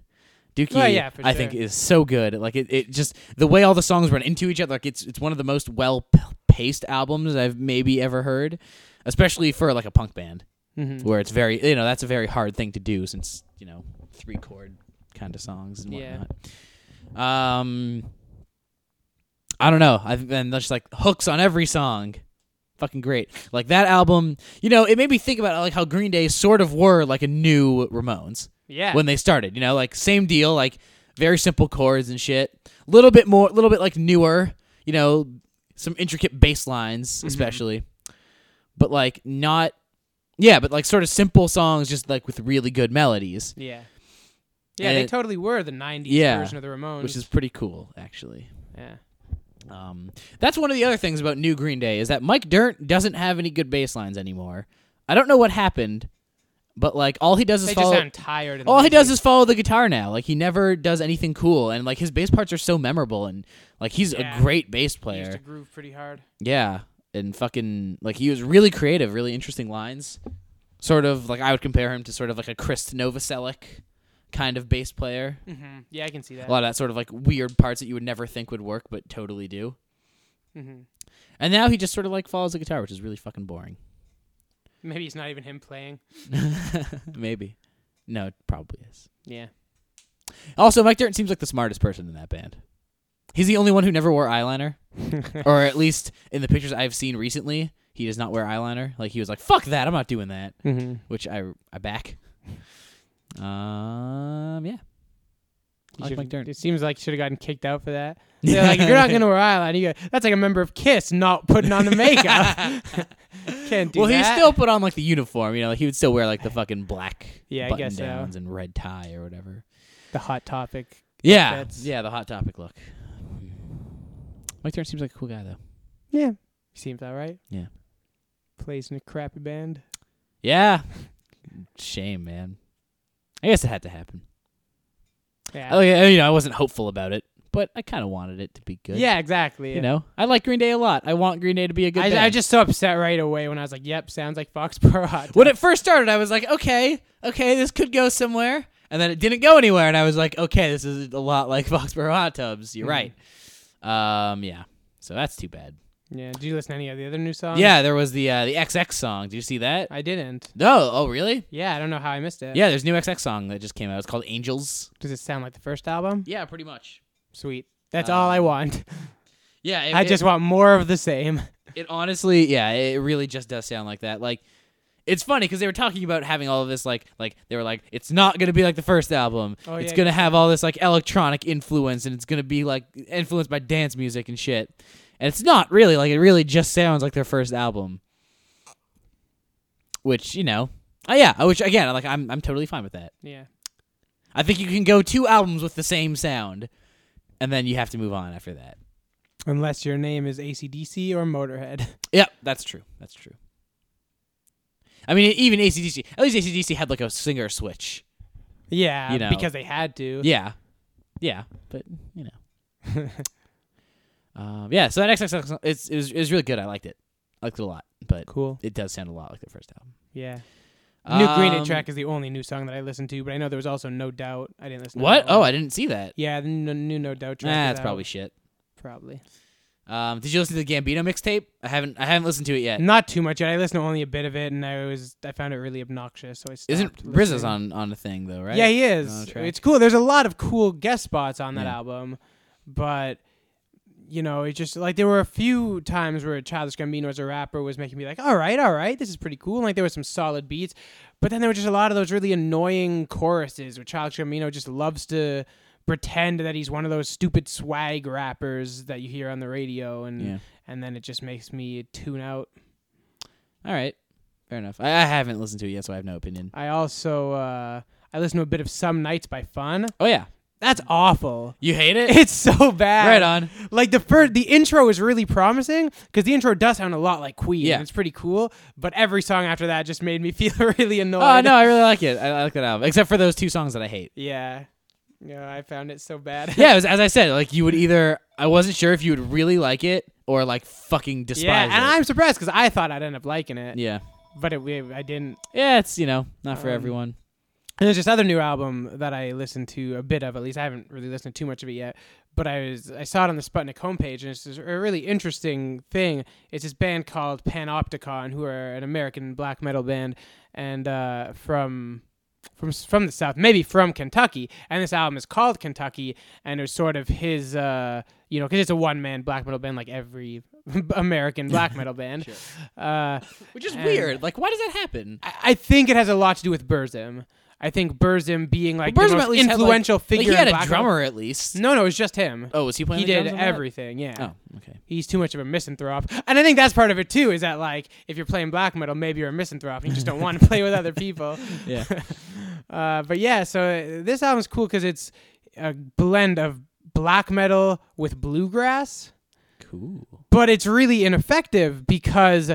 A: Dookie,
B: Oh, yeah, for
A: I think
B: sure.
A: is so good. Like it, it just the way all the songs run into each other. Like it's it's one of the most well p- paced albums I've maybe ever heard, especially for like a punk band
B: Mhm.
A: where it's very you know that's a very hard thing to do since you know three chord kind of songs and
B: Yeah.
A: whatnot. Um, I don't know. I've been just like hooks on every song. Fucking great. Like that album, you know, it made me think about like how Green Day sort of were like a new Ramones
B: Yeah.
A: when they started, you know, like same deal, like very simple chords and shit. Little bit more, little bit like newer, you know, some intricate bass lines
B: Mm-hmm.
A: especially. But like not yeah, but like sort of simple songs just like with really good melodies,
B: yeah. Yeah,
A: And
B: they
A: it-
B: totally were the '90s
A: Yeah.
B: version of the Ramones,
A: which is pretty cool actually.
B: yeah.
A: Um, that's one of the other things about New Green Day is that Mike Dirnt doesn't have any good bass lines anymore. I don't know what happened, but like all he does is
B: They just
A: follow
B: sound tired. and
A: All he
B: lazy.
A: does is follow the guitar now. Like he never does anything cool, and like his bass parts are so memorable, and like he's
B: Yeah.
A: a great bass
B: They used to
A: player.
B: groove pretty hard.
A: Yeah, and fucking like he was really creative, really interesting lines. Sort of like I would compare him to sort of like a Chris Novoselic kind of bass player.
B: hmm Yeah, I can see that.
A: A lot of that sort of like weird parts that you would never think would work, but totally do.
B: hmm
A: And now he just sort of like follows the guitar, which is really fucking boring.
B: Maybe it's not even him playing.
A: Maybe, no, it probably is.
B: Yeah.
A: Also, Mike Dirnt seems like the smartest person in that band. He's the only one who never wore eyeliner, or at least in the pictures I've seen recently, he does not wear eyeliner. Like he was like, "Fuck that, I'm not doing that,"
B: Mm-hmm.
A: which I I back. Um, yeah, I like Mike Dirnt.
B: It seems like you should have gotten kicked out for that. They're like, if you're not gonna wear eyeliner, you go, that's like a member of Kiss not putting on the makeup. Can't do
A: well, he
B: that.
A: still put on like the uniform. You know, like he would still wear like the fucking black
B: Yeah, I
A: button
B: guess so.
A: downs and red tie or whatever.
B: the hot topic.
A: Yeah,
B: That's-
A: yeah, the hot topic look. Mike Dirnt seems like a cool guy though.
B: Yeah, seems all right.
A: Yeah.
B: plays in a crappy band.
A: Yeah. Shame, man. I guess it had to happen.
B: Yeah,
A: I, I- you know, I wasn't hopeful about it, but I kind of wanted it to be good.
B: yeah, exactly.
A: You know, I like Green Day a lot. I want Green Day to be a good
B: I,
A: band.
B: I was just so upset right away when I was like, "Yep, sounds like Foxborough Hot."
A: when it first started, I was like, okay, okay, this could go somewhere. And then it didn't go anywhere, and I was like, okay, this is a lot like Foxborough Hot Tubs. You're
B: Mhm.
A: right. Um, yeah. So that's too bad.
B: Yeah, did you listen to any of the other new songs?
A: yeah, there was the uh, the XX song. Did you see that?
B: I didn't.
A: No. Oh, really?
B: Yeah, I don't know how I missed it.
A: Yeah, there's a new XX song that just came out. It's called Angels.
B: does it sound like the first album?
A: Yeah, pretty much.
B: Sweet, that's all I
A: Um,
B: want.
A: Yeah, it-
B: I
A: it-
B: just want more of the same.
A: It honestly, yeah, it really just does sound like that. Like, it's funny because they were talking about having all of this, like, like they were like, it's not gonna be like the first album.
B: Oh,
A: it's
B: yeah,
A: gonna have all this like electronic influence, and it's gonna be like influenced by dance music and shit. And it's not really like it really just sounds like their first album, which you know, uh, yeah, which again, like I'm I'm totally fine with that.
B: Yeah.
A: I think you can go two albums with the same sound, and then you have to move on after that.
B: Unless your name is ACDC or Motorhead.
A: Yep, that's true. That's true. I mean, even ACDC. At least ACDC had like a singer switch.
B: yeah,
A: You know.
B: because they had to.
A: Yeah, yeah, but you know. um, yeah, so that XXX it's it was, it was really good. I liked it. I liked it a lot, but
B: Cool.
A: it does sound a lot like the first album.
B: Yeah. New Green Day
A: Um,
B: track is the only new song that I listened to, but I know there was also No Doubt. I didn't listen.
A: What?
B: to that
A: Oh,
B: one.
A: I didn't see that.
B: yeah, the new, new No Doubt
A: Nah,
B: track. is
A: that's
B: out.
A: probably shit.
B: probably
A: Um, did you listen to the Gambino mixtape? I haven't. I haven't listened to it yet.
B: not too much. Yet. I listened to only a bit of it, and I was I found it really obnoxious. So I stopped
A: Isn't
B: listening.
A: RZA's on on the thing though, right?
B: Yeah, he
A: On
B: is.
A: the track.
B: It's cool. There's a lot of cool guest spots on that
A: Yeah.
B: album, but you know, it just like there were a few times where Childish Gambino as a rapper was making me like, "All right, all right, this is pretty cool." And, like there was some solid beats, but then there were just a lot of those really annoying choruses where Childish Gambino just loves to pretend that he's one of those stupid swag rappers that you hear on the radio, and
A: Yeah.
B: and then it just makes me tune out.
A: All right. Fair enough. I, I haven't listened to it yet, so I have no opinion.
B: I also uh, I listened to a bit of Some Nights by Fun.
A: Oh yeah,
B: That's awful.
A: you hate it?
B: It's so bad.
A: right on.
B: like the first the intro is really promising because the intro does sound a lot like queen
A: Yeah.
B: and it's pretty cool but every song after that just made me feel really annoyed
A: Oh no, I really like it. I, I like that album, except for those two songs that I hate.
B: yeah yeah i found it so bad
A: Yeah, it was, as I said, like you would either. I wasn't sure if you would really like it or like fucking despise
B: yeah and
A: it.
B: i'm surprised because i thought i'd end up liking it
A: yeah,
B: but it, we- i didn't
A: yeah. It's you know not for
B: Um,
A: everyone.
B: and there's this other new album that i listened to a bit of at least i haven't really listened to too much of it yet but i was i saw it on the sputnik homepage and it's just a really interesting thing it's this band called panopticon who are an american black metal band and uh, from from from the south, maybe from Kentucky. And this album is called Kentucky, and it was sort of his, uh, you know, because it's a one man black metal band, like every American black metal band.
A: Sure.
B: uh,
A: Which is
B: and-
A: weird. Like, why does that happen?
B: I, I think it has a lot to do with Burzum. I think Burzum being like
A: Well, Burzum
B: the
A: at
B: most
A: least had, like-
B: influential
A: Like,
B: figure.
A: he had
B: in
A: a
B: black
A: drummer at least.
B: Metal. No, no, it was just him.
A: Oh, was he playing?
B: he
A: the
B: did
A: drums on that?
B: everything. Yeah
A: Oh, okay.
B: he's too much of a misanthrope. And I think that's part of it too, is that like if you're playing black metal, maybe you're a misanthrope and you just don't want to play with other people.
A: Yeah.
B: uh, but yeah, so uh, this album's cool because it's a blend of black metal with bluegrass,
A: Cool.
B: but it's really ineffective because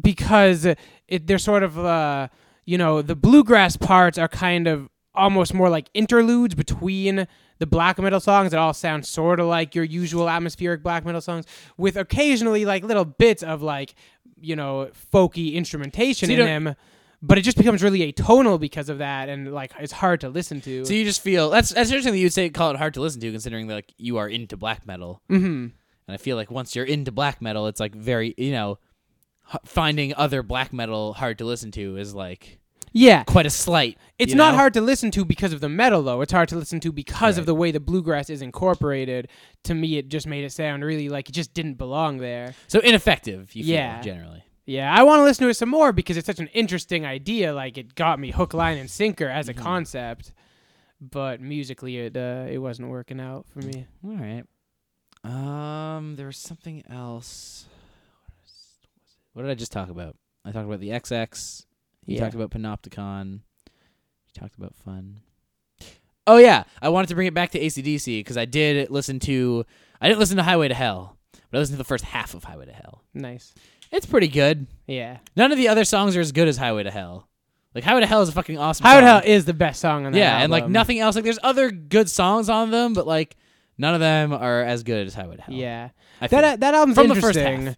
B: because it, they're sort of uh, you know the bluegrass parts are kind of almost more like interludes between the black metal songs that all sound sort of like your usual atmospheric black metal songs with occasionally like little bits of like you know folky instrumentation
A: So you
B: in
A: don't-
B: them but it just becomes really atonal because of that and like it's hard to listen to
A: So you just feel that's that's interesting that you'd say call it hard to listen to, considering that, like you are into black metal,
B: mm-hmm.
A: and I feel like once you're into black metal, it's like very you know h- finding other black metal hard to listen to is like
B: yeah
A: quite a slight.
B: It's
A: you
B: not
A: know?
B: hard to listen to because of the metal, though. It's hard to listen to because
A: Right.
B: of the way the bluegrass is incorporated. To me, it just made it sound really like it just didn't belong there.
A: So ineffective. You
B: Yeah.
A: feel generally.
B: Yeah, I want to listen to it some more because it's such an interesting idea. Like it got me hook, line, and sinker as a
A: Mm-hmm.
B: concept, but musically, it uh, it wasn't working out for me.
A: All right. Um, there was something else. What did I just talk about? I talked about the XX. You
B: Yeah.
A: talked about Panopticon. You talked about fun. Oh yeah, I wanted to bring it back to ACDC because I did listen to. I didn't listen to Highway to Hell, but I listened to the first half of Highway to Hell.
B: Nice.
A: It's pretty good.
B: Yeah,
A: None of the other songs are as good as Highway to Hell. Like Highway to Hell is a fucking awesome.
B: How
A: song.
B: the hell is the best song on that?
A: Yeah, and like
B: album.
A: nothing else. Like there's other good songs on them, but like none of them are as good as Highway to Hell.
B: Yeah,
A: I feel.
B: that uh, that album's
A: From the first
B: interesting.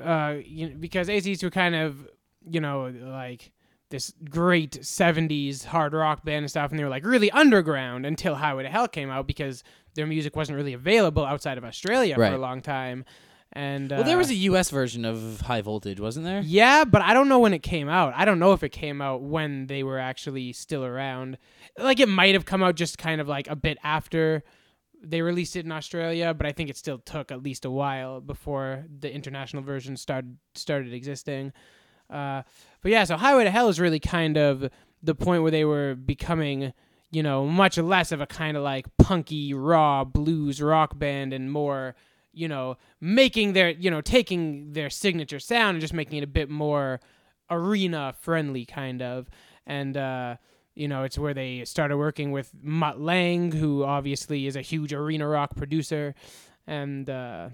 B: Uh, you know, because ACDC were kind of you know like this great '70s hard rock band and stuff, and they were like really underground until Highway to Hell came out because their music wasn't really available outside of Australia for
A: Right.
B: a long time. And
A: well, there was
B: uh,
A: a U.S. version of High Voltage, wasn't there?
B: yeah, but I don't know when it came out. I don't know if it came out when they were actually still around. Like it might have come out just kind of like a bit after they released it in Australia, but I think it still took at least a while before the international version started started existing. Uh, but yeah, so Highway to Hell is really kind of the point where they were becoming, you know, much less of a kind of like punky raw blues rock band and more, you know, making their, you know, taking their signature sound and just making it a bit more arena friendly kind of. And uh you know, it's where they started working with Mutt Lang, who obviously is a huge arena rock producer, and uh,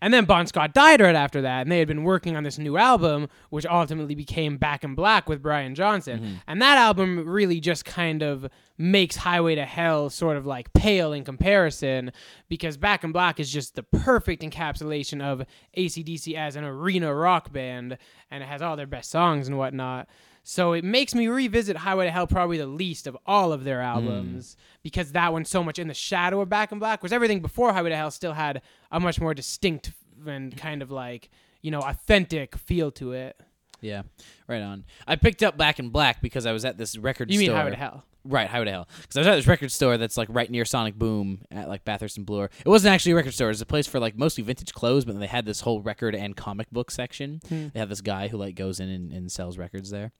B: and then Bon Scott died right after that, and they had been working on this new album, which ultimately became Back in Black with Brian Johnson. And that album really just kind of makes Highway to Hell sort of like pale in comparison, because Back in Black is just the perfect encapsulation of ACDC as an arena rock band, and it has all their best songs and whatnot. So it makes me revisit Highway to Hell probably the least of all of
A: Hmm.
B: their albums because that one's so much in the shadow of Back in Black, whereas everything before Highway to Hell still had a much more distinct and kind of like, you know, authentic feel to it.
A: Yeah, right on. I picked up Back in Black because I was at this record
B: You
A: store.
B: mean Highway to Hell?
A: Right, Highway to Hell. Because I was at this record store that's like right near Sonic Boom at like Bathurst and Bloor. It wasn't actually a record store. It was a place for like mostly vintage clothes, but then they had this whole record and comic book section. They have this guy who like goes in and, and sells records there.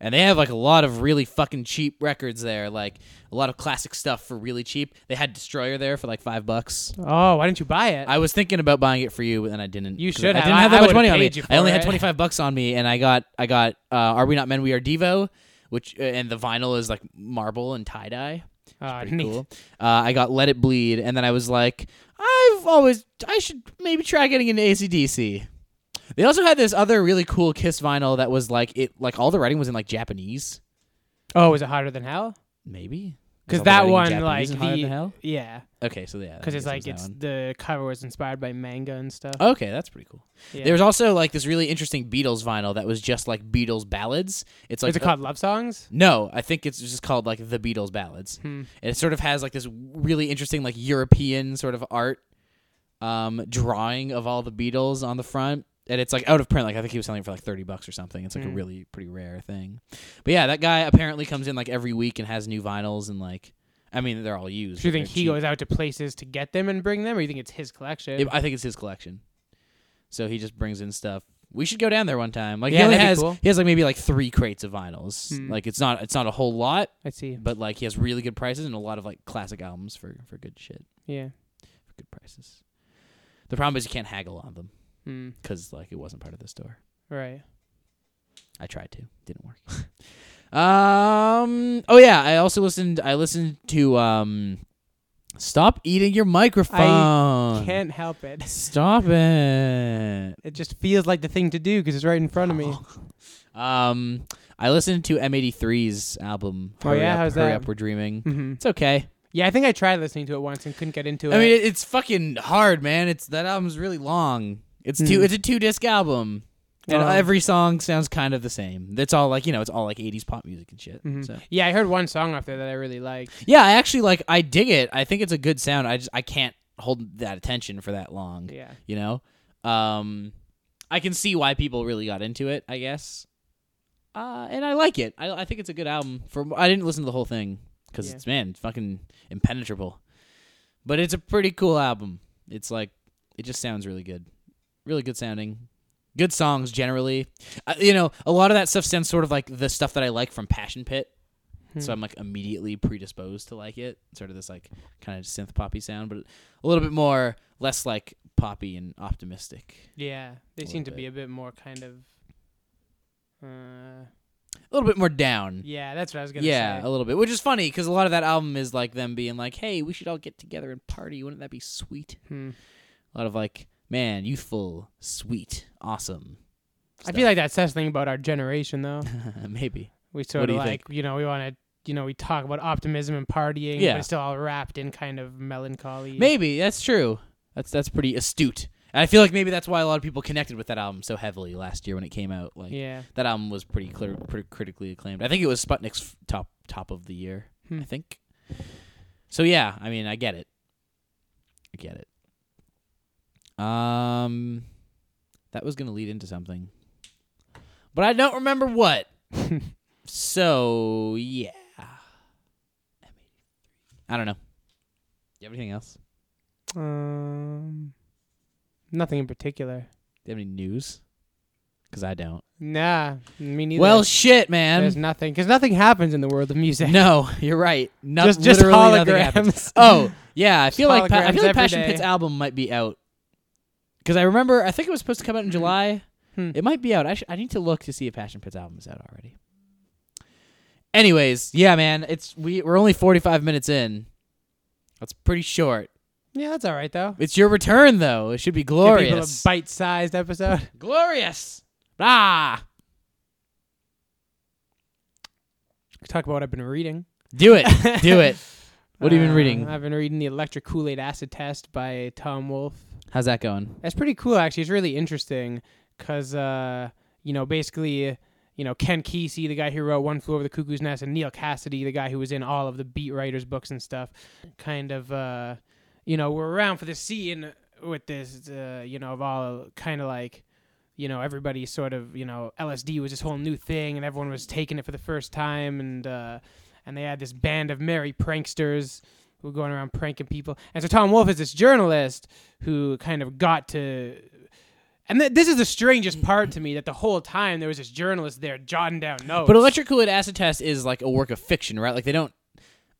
A: And they have like a lot of really fucking cheap records there, like a lot of classic stuff for really cheap. They had Destroyer there for like five bucks.
B: Oh, why didn't you buy it?
A: I was thinking about buying it for you, but then I didn't.
B: You
A: 'cause
B: should
A: I
B: have.
A: didn't
B: I-
A: have
B: I
A: that much
B: would've
A: money on me.
B: paid you for
A: I only had
B: it.
A: twenty five bucks on me, and I got I got uh, "Are We Not Men? We Are Devo," which uh, and the vinyl is like marble and tie dye.
B: Ah,
A: Pretty
B: neat.
A: cool. Uh, I got "Let It Bleed," and then I was like, "I've always I should maybe try getting into ACDC." They also had this other really cool Kiss vinyl that was like it like all the writing was in like Japanese,
B: Oh, was it hotter than hell?
A: maybe
B: Because
A: All the
B: that
A: writing in
B: one,
A: Japanese
B: like
A: in Higher Than
B: the
A: hell.
B: yeah,
A: Okay, so yeah, I guess
B: because it's
A: it
B: like
A: was that
B: it's
A: one. Oh,
B: the cover was inspired by manga and stuff.
A: Okay, that's pretty cool.
B: Yeah.
A: There was also like this really interesting Beatles vinyl that was just like Beatles ballads. It's like
B: Is it called Love Songs?
A: No, I think it's just called like the Beatles ballads.
B: Hmm.
A: And it sort of has like this really interesting like European sort of art um drawing of all the Beatles on the front. And it's like out of print. Like I think he was selling it for like thirty bucks or something. It's like a
B: Mm.
A: really pretty rare thing. But yeah, that guy apparently comes in like every week and has new vinyls and like I mean they're all used.
B: Do you
A: but
B: think
A: they're
B: he
A: cheap.
B: goes out to places to get them and bring them, or you think it's his collection?
A: It- I think it's his collection. So he just brings in stuff. We should go down there one time. Like he
B: Yeah,
A: only
B: that'd be
A: has
B: cool.
A: he has like maybe like three crates of vinyls.
B: Hmm.
A: Like it's not it's not a whole lot,
B: I see.
A: but like he has really good prices and a lot of like classic albums for for good shit
B: Yeah.
A: for good prices. The problem is you can't haggle on them
B: Mm,
A: because like it wasn't part of the store.
B: right.
A: I tried to, didn't work. um. Oh yeah, I also listened. I listened to um. Stop eating your microphone.
B: Can't help it.
A: Stop it.
B: It just feels like the thing to do because it's right in front of me.
A: Um, I listened to M83's album.
B: Oh,
A: Hurry
B: yeah?
A: Up,
B: How's
A: Hurry
B: that?
A: Up, We're Dreaming.
B: hmm
A: It's okay.
B: Yeah, I think I tried listening to it once and couldn't get into it.
A: I mean, it, it's fucking hard, man. It's that album's really long. It's two.
B: Hmm.
A: It's a two disc album, and
B: Wow.
A: every song sounds kind of the same. It's all like you know, it's all like '80s pop music and shit.
B: Mhm.
A: So
B: yeah, I heard one song off there that I really liked.
A: yeah, I actually like. I dig it. I think it's a good sound. I just I can't hold that attention for that long.
B: Yeah.
A: You know, um, I can see why people really got into it. I guess, uh, and I like it. I, I think it's a good album. For I didn't listen to the whole thing because
B: Yeah.
A: it's man, it's fucking impenetrable. But it's a pretty cool album. It's like it just sounds really good, really good sounding. Good songs generally, uh, you know. A lot of that stuff sounds sort of like the stuff that I like from Passion Pit,
B: Hmm.
A: so I'm like immediately predisposed to like it. Sort of this like kind of synth poppy sound, but a little bit more less like poppy and optimistic.
B: Yeah, they
A: A
B: seem to
A: little
B: be a bit more kind of. Uh,
A: A little bit more down.
B: yeah, that's what I was gonna
A: Yeah,
B: say.
A: a little bit, which is funny because a lot of that album is like them being like, "Hey, we should all get together and party. Wouldn't that be sweet?"
B: Hmm.
A: A lot of like, "Man, youthful, sweet, awesome."
B: I feel like that says something about our generation, though.
A: like maybe.
B: We sort
A: do
B: of
A: you
B: like
A: think?
B: you know we want to you know we talk about optimism and partying,
A: Yeah.
B: but it's still all wrapped in kind of melancholy.
A: Maybe that's true. That's that's pretty astute. And I feel like maybe that's why a lot of people connected with that album so heavily last year when it came out. Like
B: Yeah.
A: that album was pretty clear, pretty critically acclaimed. I think it was Sputnik's f- top top of the year.
B: Hmm.
A: I think. So yeah, I mean, I get it. I get it. Um, that was gonna lead into something, but I don't remember what. so yeah, I don't know. You have anything else?
B: Um. Nothing in particular.
A: Do you have any news? Because I don't.
B: Nah, me neither.
A: Well, shit, man.
B: there's nothing because nothing happens in the world of music.
A: No, you're right. No,
B: just just
A: literally nothing happened.
B: holograms.
A: Oh, yeah. I feel like pa- I
B: Holograms
A: feel like
B: every
A: Passion
B: day.
A: Pit's album might be out because I remember I think it was supposed to come out in July.
B: Hmm.
A: It might be out. I, sh- I need to look to see if Passion Pit's album is out already. Anyways, yeah, man. It's we we're only 45 minutes in. That's pretty short.
B: Yeah, that's all right though.
A: It's your return, though. It should be
B: Give people a
A: glorious.
B: bite-sized episode.
A: glorious. Ah,
B: Talk about what I've been reading.
A: do it. do it. What have you been
B: Um,
A: reading?
B: I've been reading the Electric Kool Aid Acid Test by Tom Wolfe.
A: How's that going?
B: That's pretty cool, actually. It's really interesting because, uh, you know, basically, you know, Ken Kesey, the guy who wrote One Flew Over the Cuckoo's Nest, and Neil Cassidy, the guy who was in all of the beat writers' books and stuff, kind of, uh, you know, were around for the scene with this, uh, you know, of all kind of like, you know, everybody sort of, you know, LSD was this whole new thing, and everyone was taking it for the first time, and uh, and they had this band of merry pranksters who were going around pranking people. And so Tom Wolfe is this journalist who kind of got to. And th- this is the strangest part to me that the whole time there was this journalist there jotting down notes.
A: But electric Kool Aid acid test is like a work of fiction, right? Like they don't,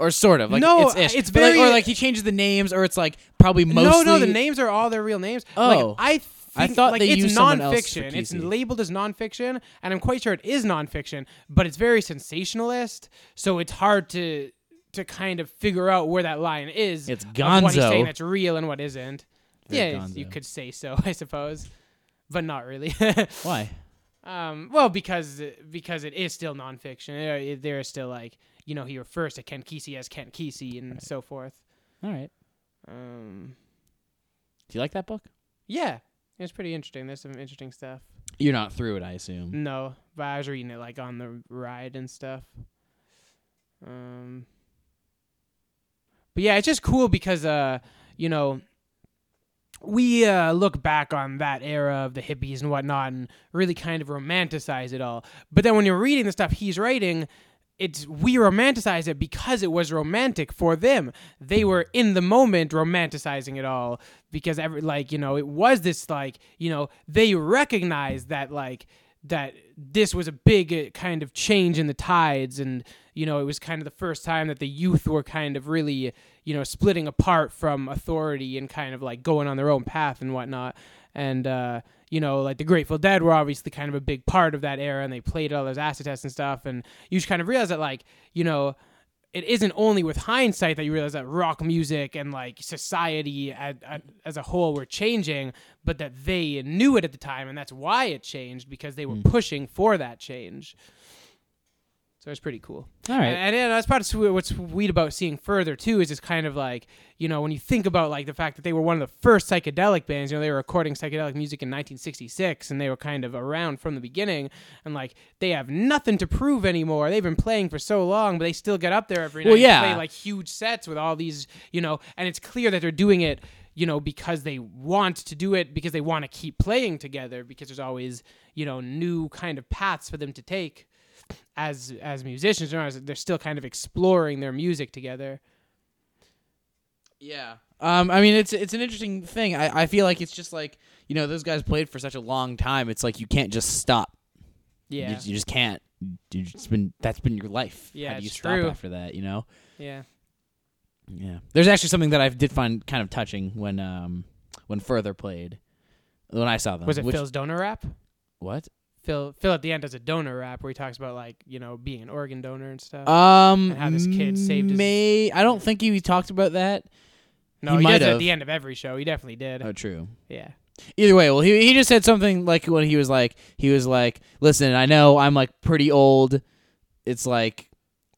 A: or sort of. Like
B: No,
A: it's,
B: it's
A: But, like-
B: very-
A: or like he changes the names, or it's like probably mostly.
B: No, no, the names are all their real names.
A: Oh.
B: like, I think,
A: I thought
B: like
A: they
B: it's
A: used someone else for
B: nonfiction. It's
A: Kesey.
B: labeled as nonfiction, and I'm quite sure it is nonfiction, but it's very sensationalist, so it's hard to to kind of figure out where that line is.
A: It's
B: of What he's
A: gonzo.
B: saying that's real and what isn't.
A: Very
B: yeah, you
A: gonzo.
B: could say so, I suppose, but not really.
A: Why?
B: Um, well, because because it is still nonfiction. There- There is still like you know he refers to Ken Kesey as Ken Kesey and so forth.
A: All right.
B: Um,
A: Do you like that book?
B: yeah, it's pretty interesting. There's some interesting stuff.
A: You're not through it, I assume.
B: No, but I was reading it like on the ride and stuff. Um, but yeah, it's just cool because uh, you know, we uh, look back on that era of the hippies and whatnot and really kind of romanticize it all. But then when you're reading the stuff he's writing, it's we romanticize it because it was romantic for them. They were in the moment romanticizing it all because every like you know it was this like you know they recognized that like that this was a big uh, kind of change in the tides and you know it was kind of the first time that the youth were kind of really you know splitting apart from authority and kind of like going on their own path and whatnot and uh you know like the grateful dead were obviously kind of a big part of that era and they played all those acid tests and stuff and you just kind of realize that like you know it isn't only with hindsight that you realize that rock music and like society at, at, as a whole were changing, but that they knew it at the time, and that's why it changed because they were pushing for that change. So it's pretty cool.
A: All right.
B: And, and that's part of swe- what's sweet about seeing further too is it's kind of like you know when you think about like the fact that they were one of the first psychedelic bands. You know they were recording psychedelic music in 1966, and they were kind of around from the beginning. And like they have nothing to prove anymore. They've been playing for so long, but they still get up there every night
A: Well,
B: and
A: yeah.
B: play like huge sets with all these you know. And it's clear that they're doing it you know because they want to do it because they want to keep playing together because there's always you know new kind of paths for them to take as as musicians you know, as- they're still kind of exploring their music together
A: Yeah. Um, I mean, it's it's an interesting thing. I, I feel like it's just like you know those guys played for such a long time. It's like you can't just stop. You,
B: yeah
A: you just can't. You just been that's been your life.
B: Yeah,
A: How do you
B: it's
A: stop
B: true.
A: after that? You know.
B: yeah
A: Yeah. There's actually something that I did find kind of touching when um when Further played when I saw them.
B: was it
A: Uh, which-
B: phil's donor rap
A: What?
B: phil phil at the end does a donor rap where he talks about like you know being an organ donor and stuff
A: Um, mm,
B: And how this kid saved his-
A: May I don't think he talked about that.
B: no
A: he
B: he,
A: might
B: does it
A: have.
B: at the end of every show he definitely did
A: Oh, true.
B: yeah
A: Either way, well, he he just said something like when he was like he was like, "Listen, I know I'm like pretty old. It's like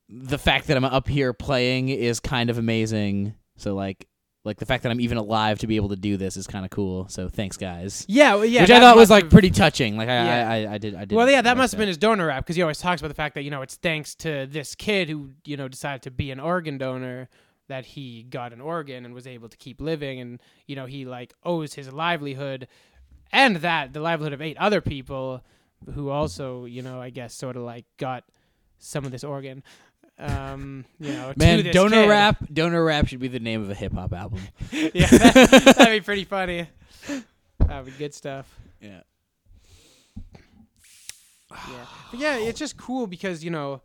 A: the fact that I'm up here playing is kind of amazing. So like like the fact that I'm even alive to be able to do this is kind of cool. So thanks, guys."
B: yeah well, yeah
A: Which I
B: that
A: thought was
B: must
A: like
B: have-
A: pretty touching. Like I,
B: Yeah.
A: I, I, I did I did.
B: well yeah that
A: like
B: must have been his donor rap because he always talks about the fact that you know it's thanks to this kid who you know decided to be an organ donor that he got an organ and was able to keep living and you know he like owes his livelihood and that the livelihood of eight other people who also you know i guess sort of like got some of this organ um you know to
A: Man,
B: this
A: donor
B: kid.
A: rap, donor rap should be the name of a hip hop album.
B: yeah that, that'd be pretty funny that'd be good stuff
A: Yeah.
B: yeah. But yeah, it's just cool because, you know,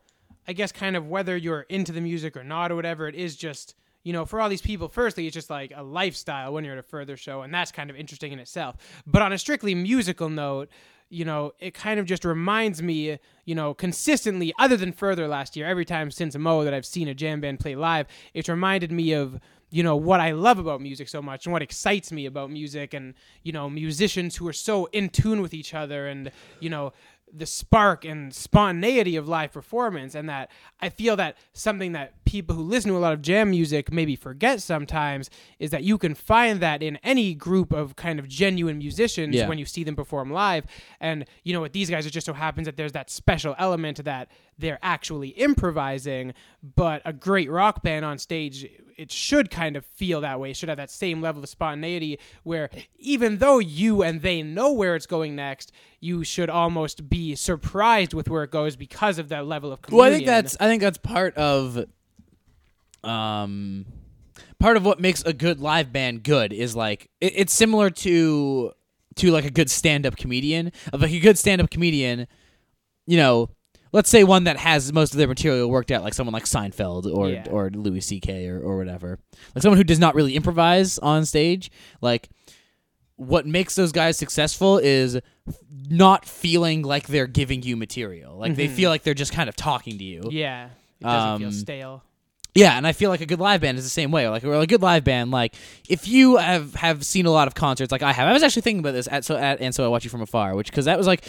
B: I guess kind of whether you're into the music or not or whatever, it is just, you know, for all these people, firstly, it's just like a lifestyle when you're at a further show, and that's kind of interesting in itself. But on a strictly musical note, you know, it kind of just reminds me, you know, consistently, other than further last year, every time since Mo that I've seen a jam band play live, it's reminded me of you know what I love about music so much and what excites me about music and you know musicians who are so in tune with each other and you know the spark and spontaneity of live performance and that I feel that something that people who listen to a lot of jam music maybe forget sometimes is that you can find that in any group of kind of genuine musicians
A: Yeah.
B: when you see them perform live and you know with these guys it just so happens that there's that special element to that they're actually improvising but a great rock band on stage it should kind of feel that way it should have that same level of spontaneity where even though you and they know where it's going next you should almost be surprised with where it goes because of that level of
A: Well,
B: communion.
A: I think that's I think that's part of um part of what makes a good live band good is like it, it's similar to to like a good stand-up comedian. Of like a good stand-up comedian, you know, let's say one that has most of their material worked out like someone like Seinfeld or
B: Yeah.
A: or Louis CK or or whatever. Like someone who does not really improvise on stage, like what makes those guys successful is not feeling like they're giving you material. Like they feel like they're just kind of talking to you.
B: yeah it doesn't feel
A: Um,
B: stale
A: Yeah, and I feel like a good live band is the same way. Like, or a good live band, like if you have have seen a lot of concerts, like I have, I was actually thinking about this at so at and so I watch you from afar, which because that was like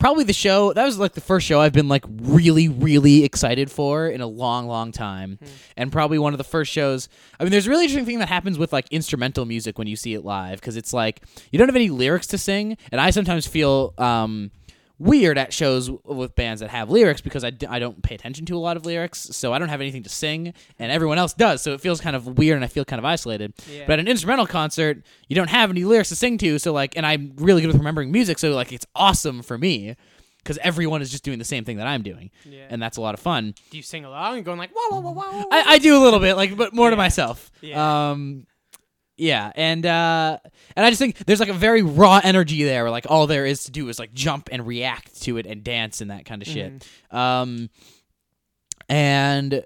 A: probably the show that was like the first show I've been like really really excited for in a long long time, and probably one of the first shows. I mean, there's a really interesting thing that happens with like instrumental music when you see it live because it's like you don't have any lyrics to sing, and I sometimes feel. um weird at shows with bands that have lyrics because I, d- I don't pay attention to a lot of lyrics, so I don't have anything to sing, and everyone else does. So it feels kind of weird and I feel kind of isolated.
B: Yeah.
A: But at an instrumental concert, you don't have any lyrics to sing to, so like, and I'm really good with remembering music, so like, it's awesome for me because everyone is just doing the same thing that I'm doing,
B: yeah
A: and that's a lot of fun.
B: do you sing along and going like whoa whoa whoa whoa whoa?"
A: I, I do a little bit, like, but more to
B: Yeah.
A: myself.
B: Yeah.
A: Um, yeah, and uh, and I just think there's like a very raw energy there, where like all there is to do is like jump and react to it and dance and that kind
B: Mm-hmm.
A: of shit. Um, and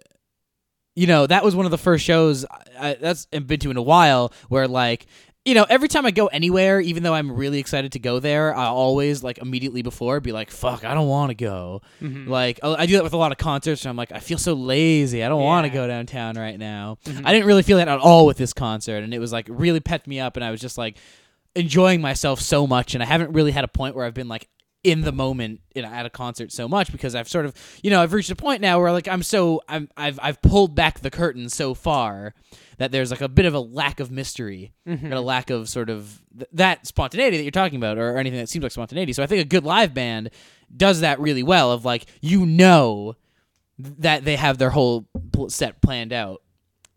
A: you know that was one of the first shows I, I, that's I've been to in a while where like. You know, every time I go anywhere, even though I'm really excited to go there, I always like immediately before be like, "Fuck, I don't want to go."
B: Mhm.
A: Like I I do that with a lot of concerts, and I'm like, I feel so lazy. I don't want to
B: Yeah.
A: go downtown right now.
B: Mhm.
A: I didn't really feel that at all with this concert, and it was like really pepped me up, and I was just like enjoying myself so much, and I haven't really had a point where I've been like in the moment you know, at a concert so much because I've sort of you know I've reached a point now where like I'm so I'm I've I've pulled back the curtain so far that there's like a bit of a lack of mystery and a lack of sort of th- that spontaneity that you're talking about or, or anything that seems like spontaneity. So I think a good live band does that really well of like you know th- that they have their whole pl- set planned out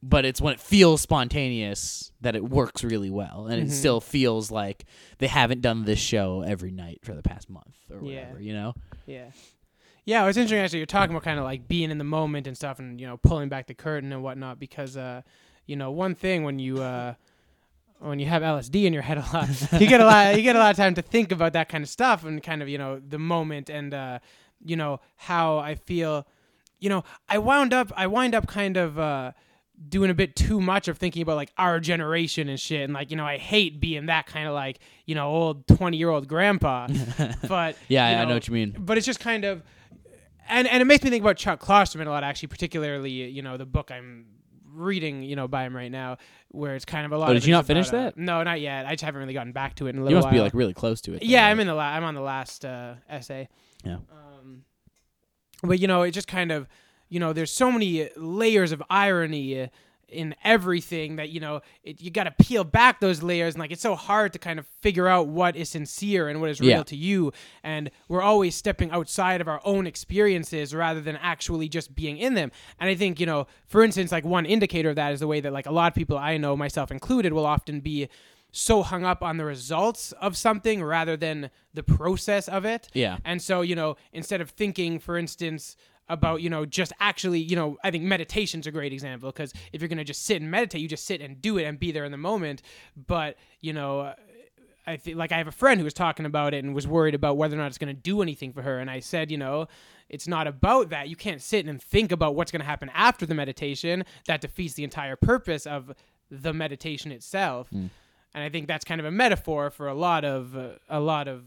A: but it's when it feels spontaneous that it works really well and
B: Mhm.
A: it still feels like they haven't done this show every night for the past month or
B: Yeah.
A: whatever you know
B: Yeah. Yeah, it's interesting actually. You're talking about kind of like being in the moment and stuff, and you know, pulling back the curtain and whatnot. Because, uh, you know, one thing when you uh, when you have LSD in your head a lot, you get a lot, you get a lot of time to think about that kind of stuff and kind of you know the moment and uh, you know how I feel. You know, I wound up, I wind up kind of. Uh, doing a bit too much of thinking about like our generation and shit and like you know i hate being that kind of like you know old 20 year old grandpa but
A: yeah
B: you
A: I, I know what you mean
B: but it's just kind of and and it makes me think about Chuck Klosterman a lot actually particularly you know the book I'm reading you know by him right now where it's kind of a lot
A: Oh,
B: of
A: did you
B: it's
A: not finish
B: about, uh,
A: that?
B: no not yet I just haven't really gotten back to it in a little
A: you must be
B: while.
A: like really close to it though,
B: yeah
A: right?
B: I'm in the la- I'm on the last uh, essay
A: Yeah.
B: um, but you know it just kind of you know there's so many layers of irony uh, in everything that you know it, you got to peel back those layers and like it's so hard to kind of figure out what is sincere and what is real
A: Yeah.
B: to you and we're always stepping outside of our own experiences rather than actually just being in them and i think you know for instance like one indicator of that is the way that like a lot of people i know myself included will often be so hung up on the results of something rather than the process of it
A: yeah
B: and so, you know, instead of thinking, for instance, about, you know, just actually, you know, I think meditation's a great example because if you're going to just sit and meditate, you just sit and do it and be there in the moment. But, you know, I think like I have a friend who was talking about it and was worried about whether or not it's going to do anything for her. And I said, you know, it's not about that. You can't sit and think about what's going to happen after the meditation. That defeats the entire purpose of the meditation itself. And I think that's kind of a metaphor for a lot of uh, a lot of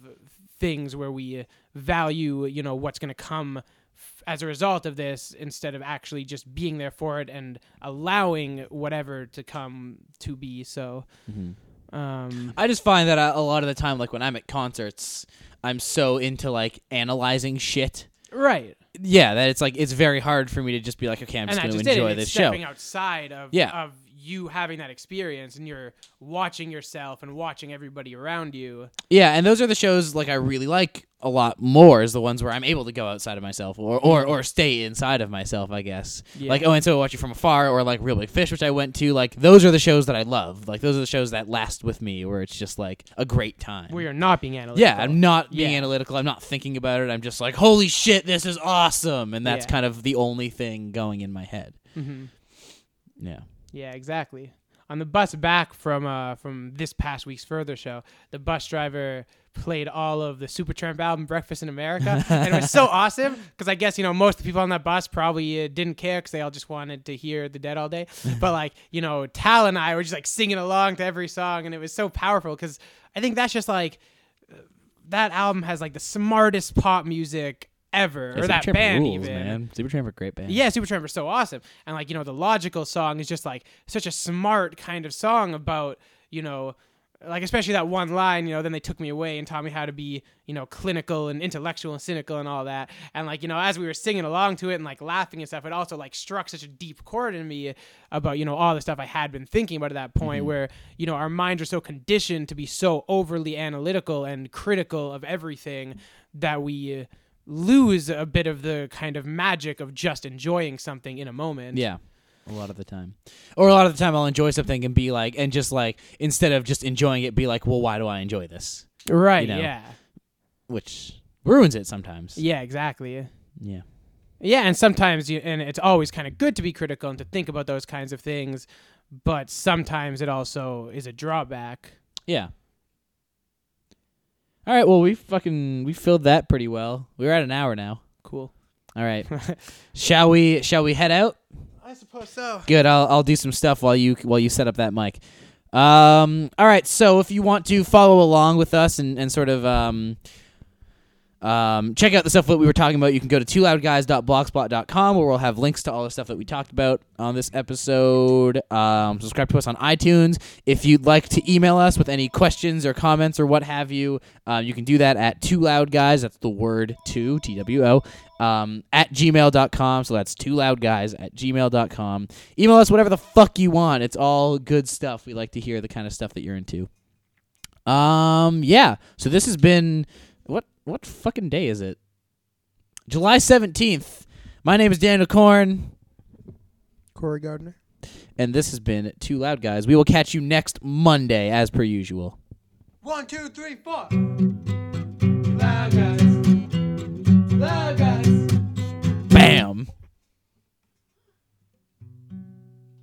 B: things where we value, you know, what's going to come f- as a result of this instead of actually just being there for it and allowing whatever to come to be. So,
A: Mm-hmm.
B: um,
A: I just find that I, a lot of the time, like when I'm at concerts, I'm so into like analyzing shit.
B: right.
A: Yeah, that it's like it's very hard for me to just be like, okay, I'm
B: and
A: just
B: I
A: going to
B: just did it.
A: enjoy
B: It's
A: this show.
B: stepping outside of
A: Yeah.
B: of you having that experience and you're watching yourself and watching everybody around you.
A: Yeah, and those are the shows like I really like a lot more is the ones where I'm able to go outside of myself or or, or stay inside of myself, I guess.
B: Mm-hmm. Yeah.
A: Like oh and so I watch it from afar or like Real Big Fish, which I went to, like those are the shows that I love. Like those are the shows that last with me where it's just like a great time.
B: We are not being analytical.
A: yeah, I'm not being
B: oh, Yeah.
A: analytical. I'm not thinking about it. I'm just like, holy shit, this is awesome, and that's
B: Yeah.
A: kind of the only thing going in my head.
B: Mhm.
A: Yeah.
B: Yeah, exactly. On the bus back from uh, from this past week's further show, the bus driver played all of the Supertramp album "Breakfast in America," and it was so awesome because I guess you know most of the people on that bus probably uh, didn't care because they all just wanted to hear the Dead all day. But like you know, Tal and I were just like singing along to every song, and it was so powerful because I think that's just like uh, that album has like the smartest pop music ever, or that band even.
A: Supertramp are a great band.
B: Yeah, Supertramp is so awesome. And like, you know, the logical song is just like such a smart kind of song about, you know, like especially that one line, you know, then they took me away and taught me how to be, you know, clinical and intellectual and cynical and all that. And like, you know, as we were singing along to it and like laughing and stuff, it also like struck such a deep chord in me about, you know, all the stuff I had been thinking about at that point where, you know, our minds are so conditioned to be so overly analytical and critical of everything that we uh, lose a bit of the kind of magic of just enjoying something in a moment.
A: Yeah. A lot of the time. Or a lot of the time I'll enjoy something and be like and just like instead of just enjoying it be like, "Well, why do I enjoy this?"
B: Right.
A: You know.
B: Yeah.
A: which ruins it sometimes.
B: Yeah, exactly.
A: Yeah.
B: Yeah, and sometimes you and it's always kind of good to be critical and to think about those kinds of things, but sometimes it also is a drawback.
A: Yeah. All right, well, we fucking we filled that pretty well. We're at an hour now.
B: Cool.
A: All right. shall we shall we head out?
B: I suppose so.
A: Good. I'll I'll do some stuff while you while you set up that mic. Um. All right. So if you want to follow along with us and and sort of um. Um, check out the stuff that we were talking about. You can go to twoloudguys.blogspot.com where we'll have links to all the stuff that we talked about on this episode. Um, subscribe to us on iTunes. If you'd like to email us with any questions or comments or what have you, uh, you can do that at two loud guys. That's the word two, T W O, um, at gmail.com. So that's two loud guys at gmail.com. Email us whatever the fuck you want. It's all good stuff. We like to hear the kind of stuff that you're into. Um, yeah. So this has been what what fucking day is it? July seventeenth. My name is Daniel Korn,
B: Corey Gardner.
A: and this has been Too Loud Guys. We will catch you next Monday, as per usual.
B: One, two, three, four.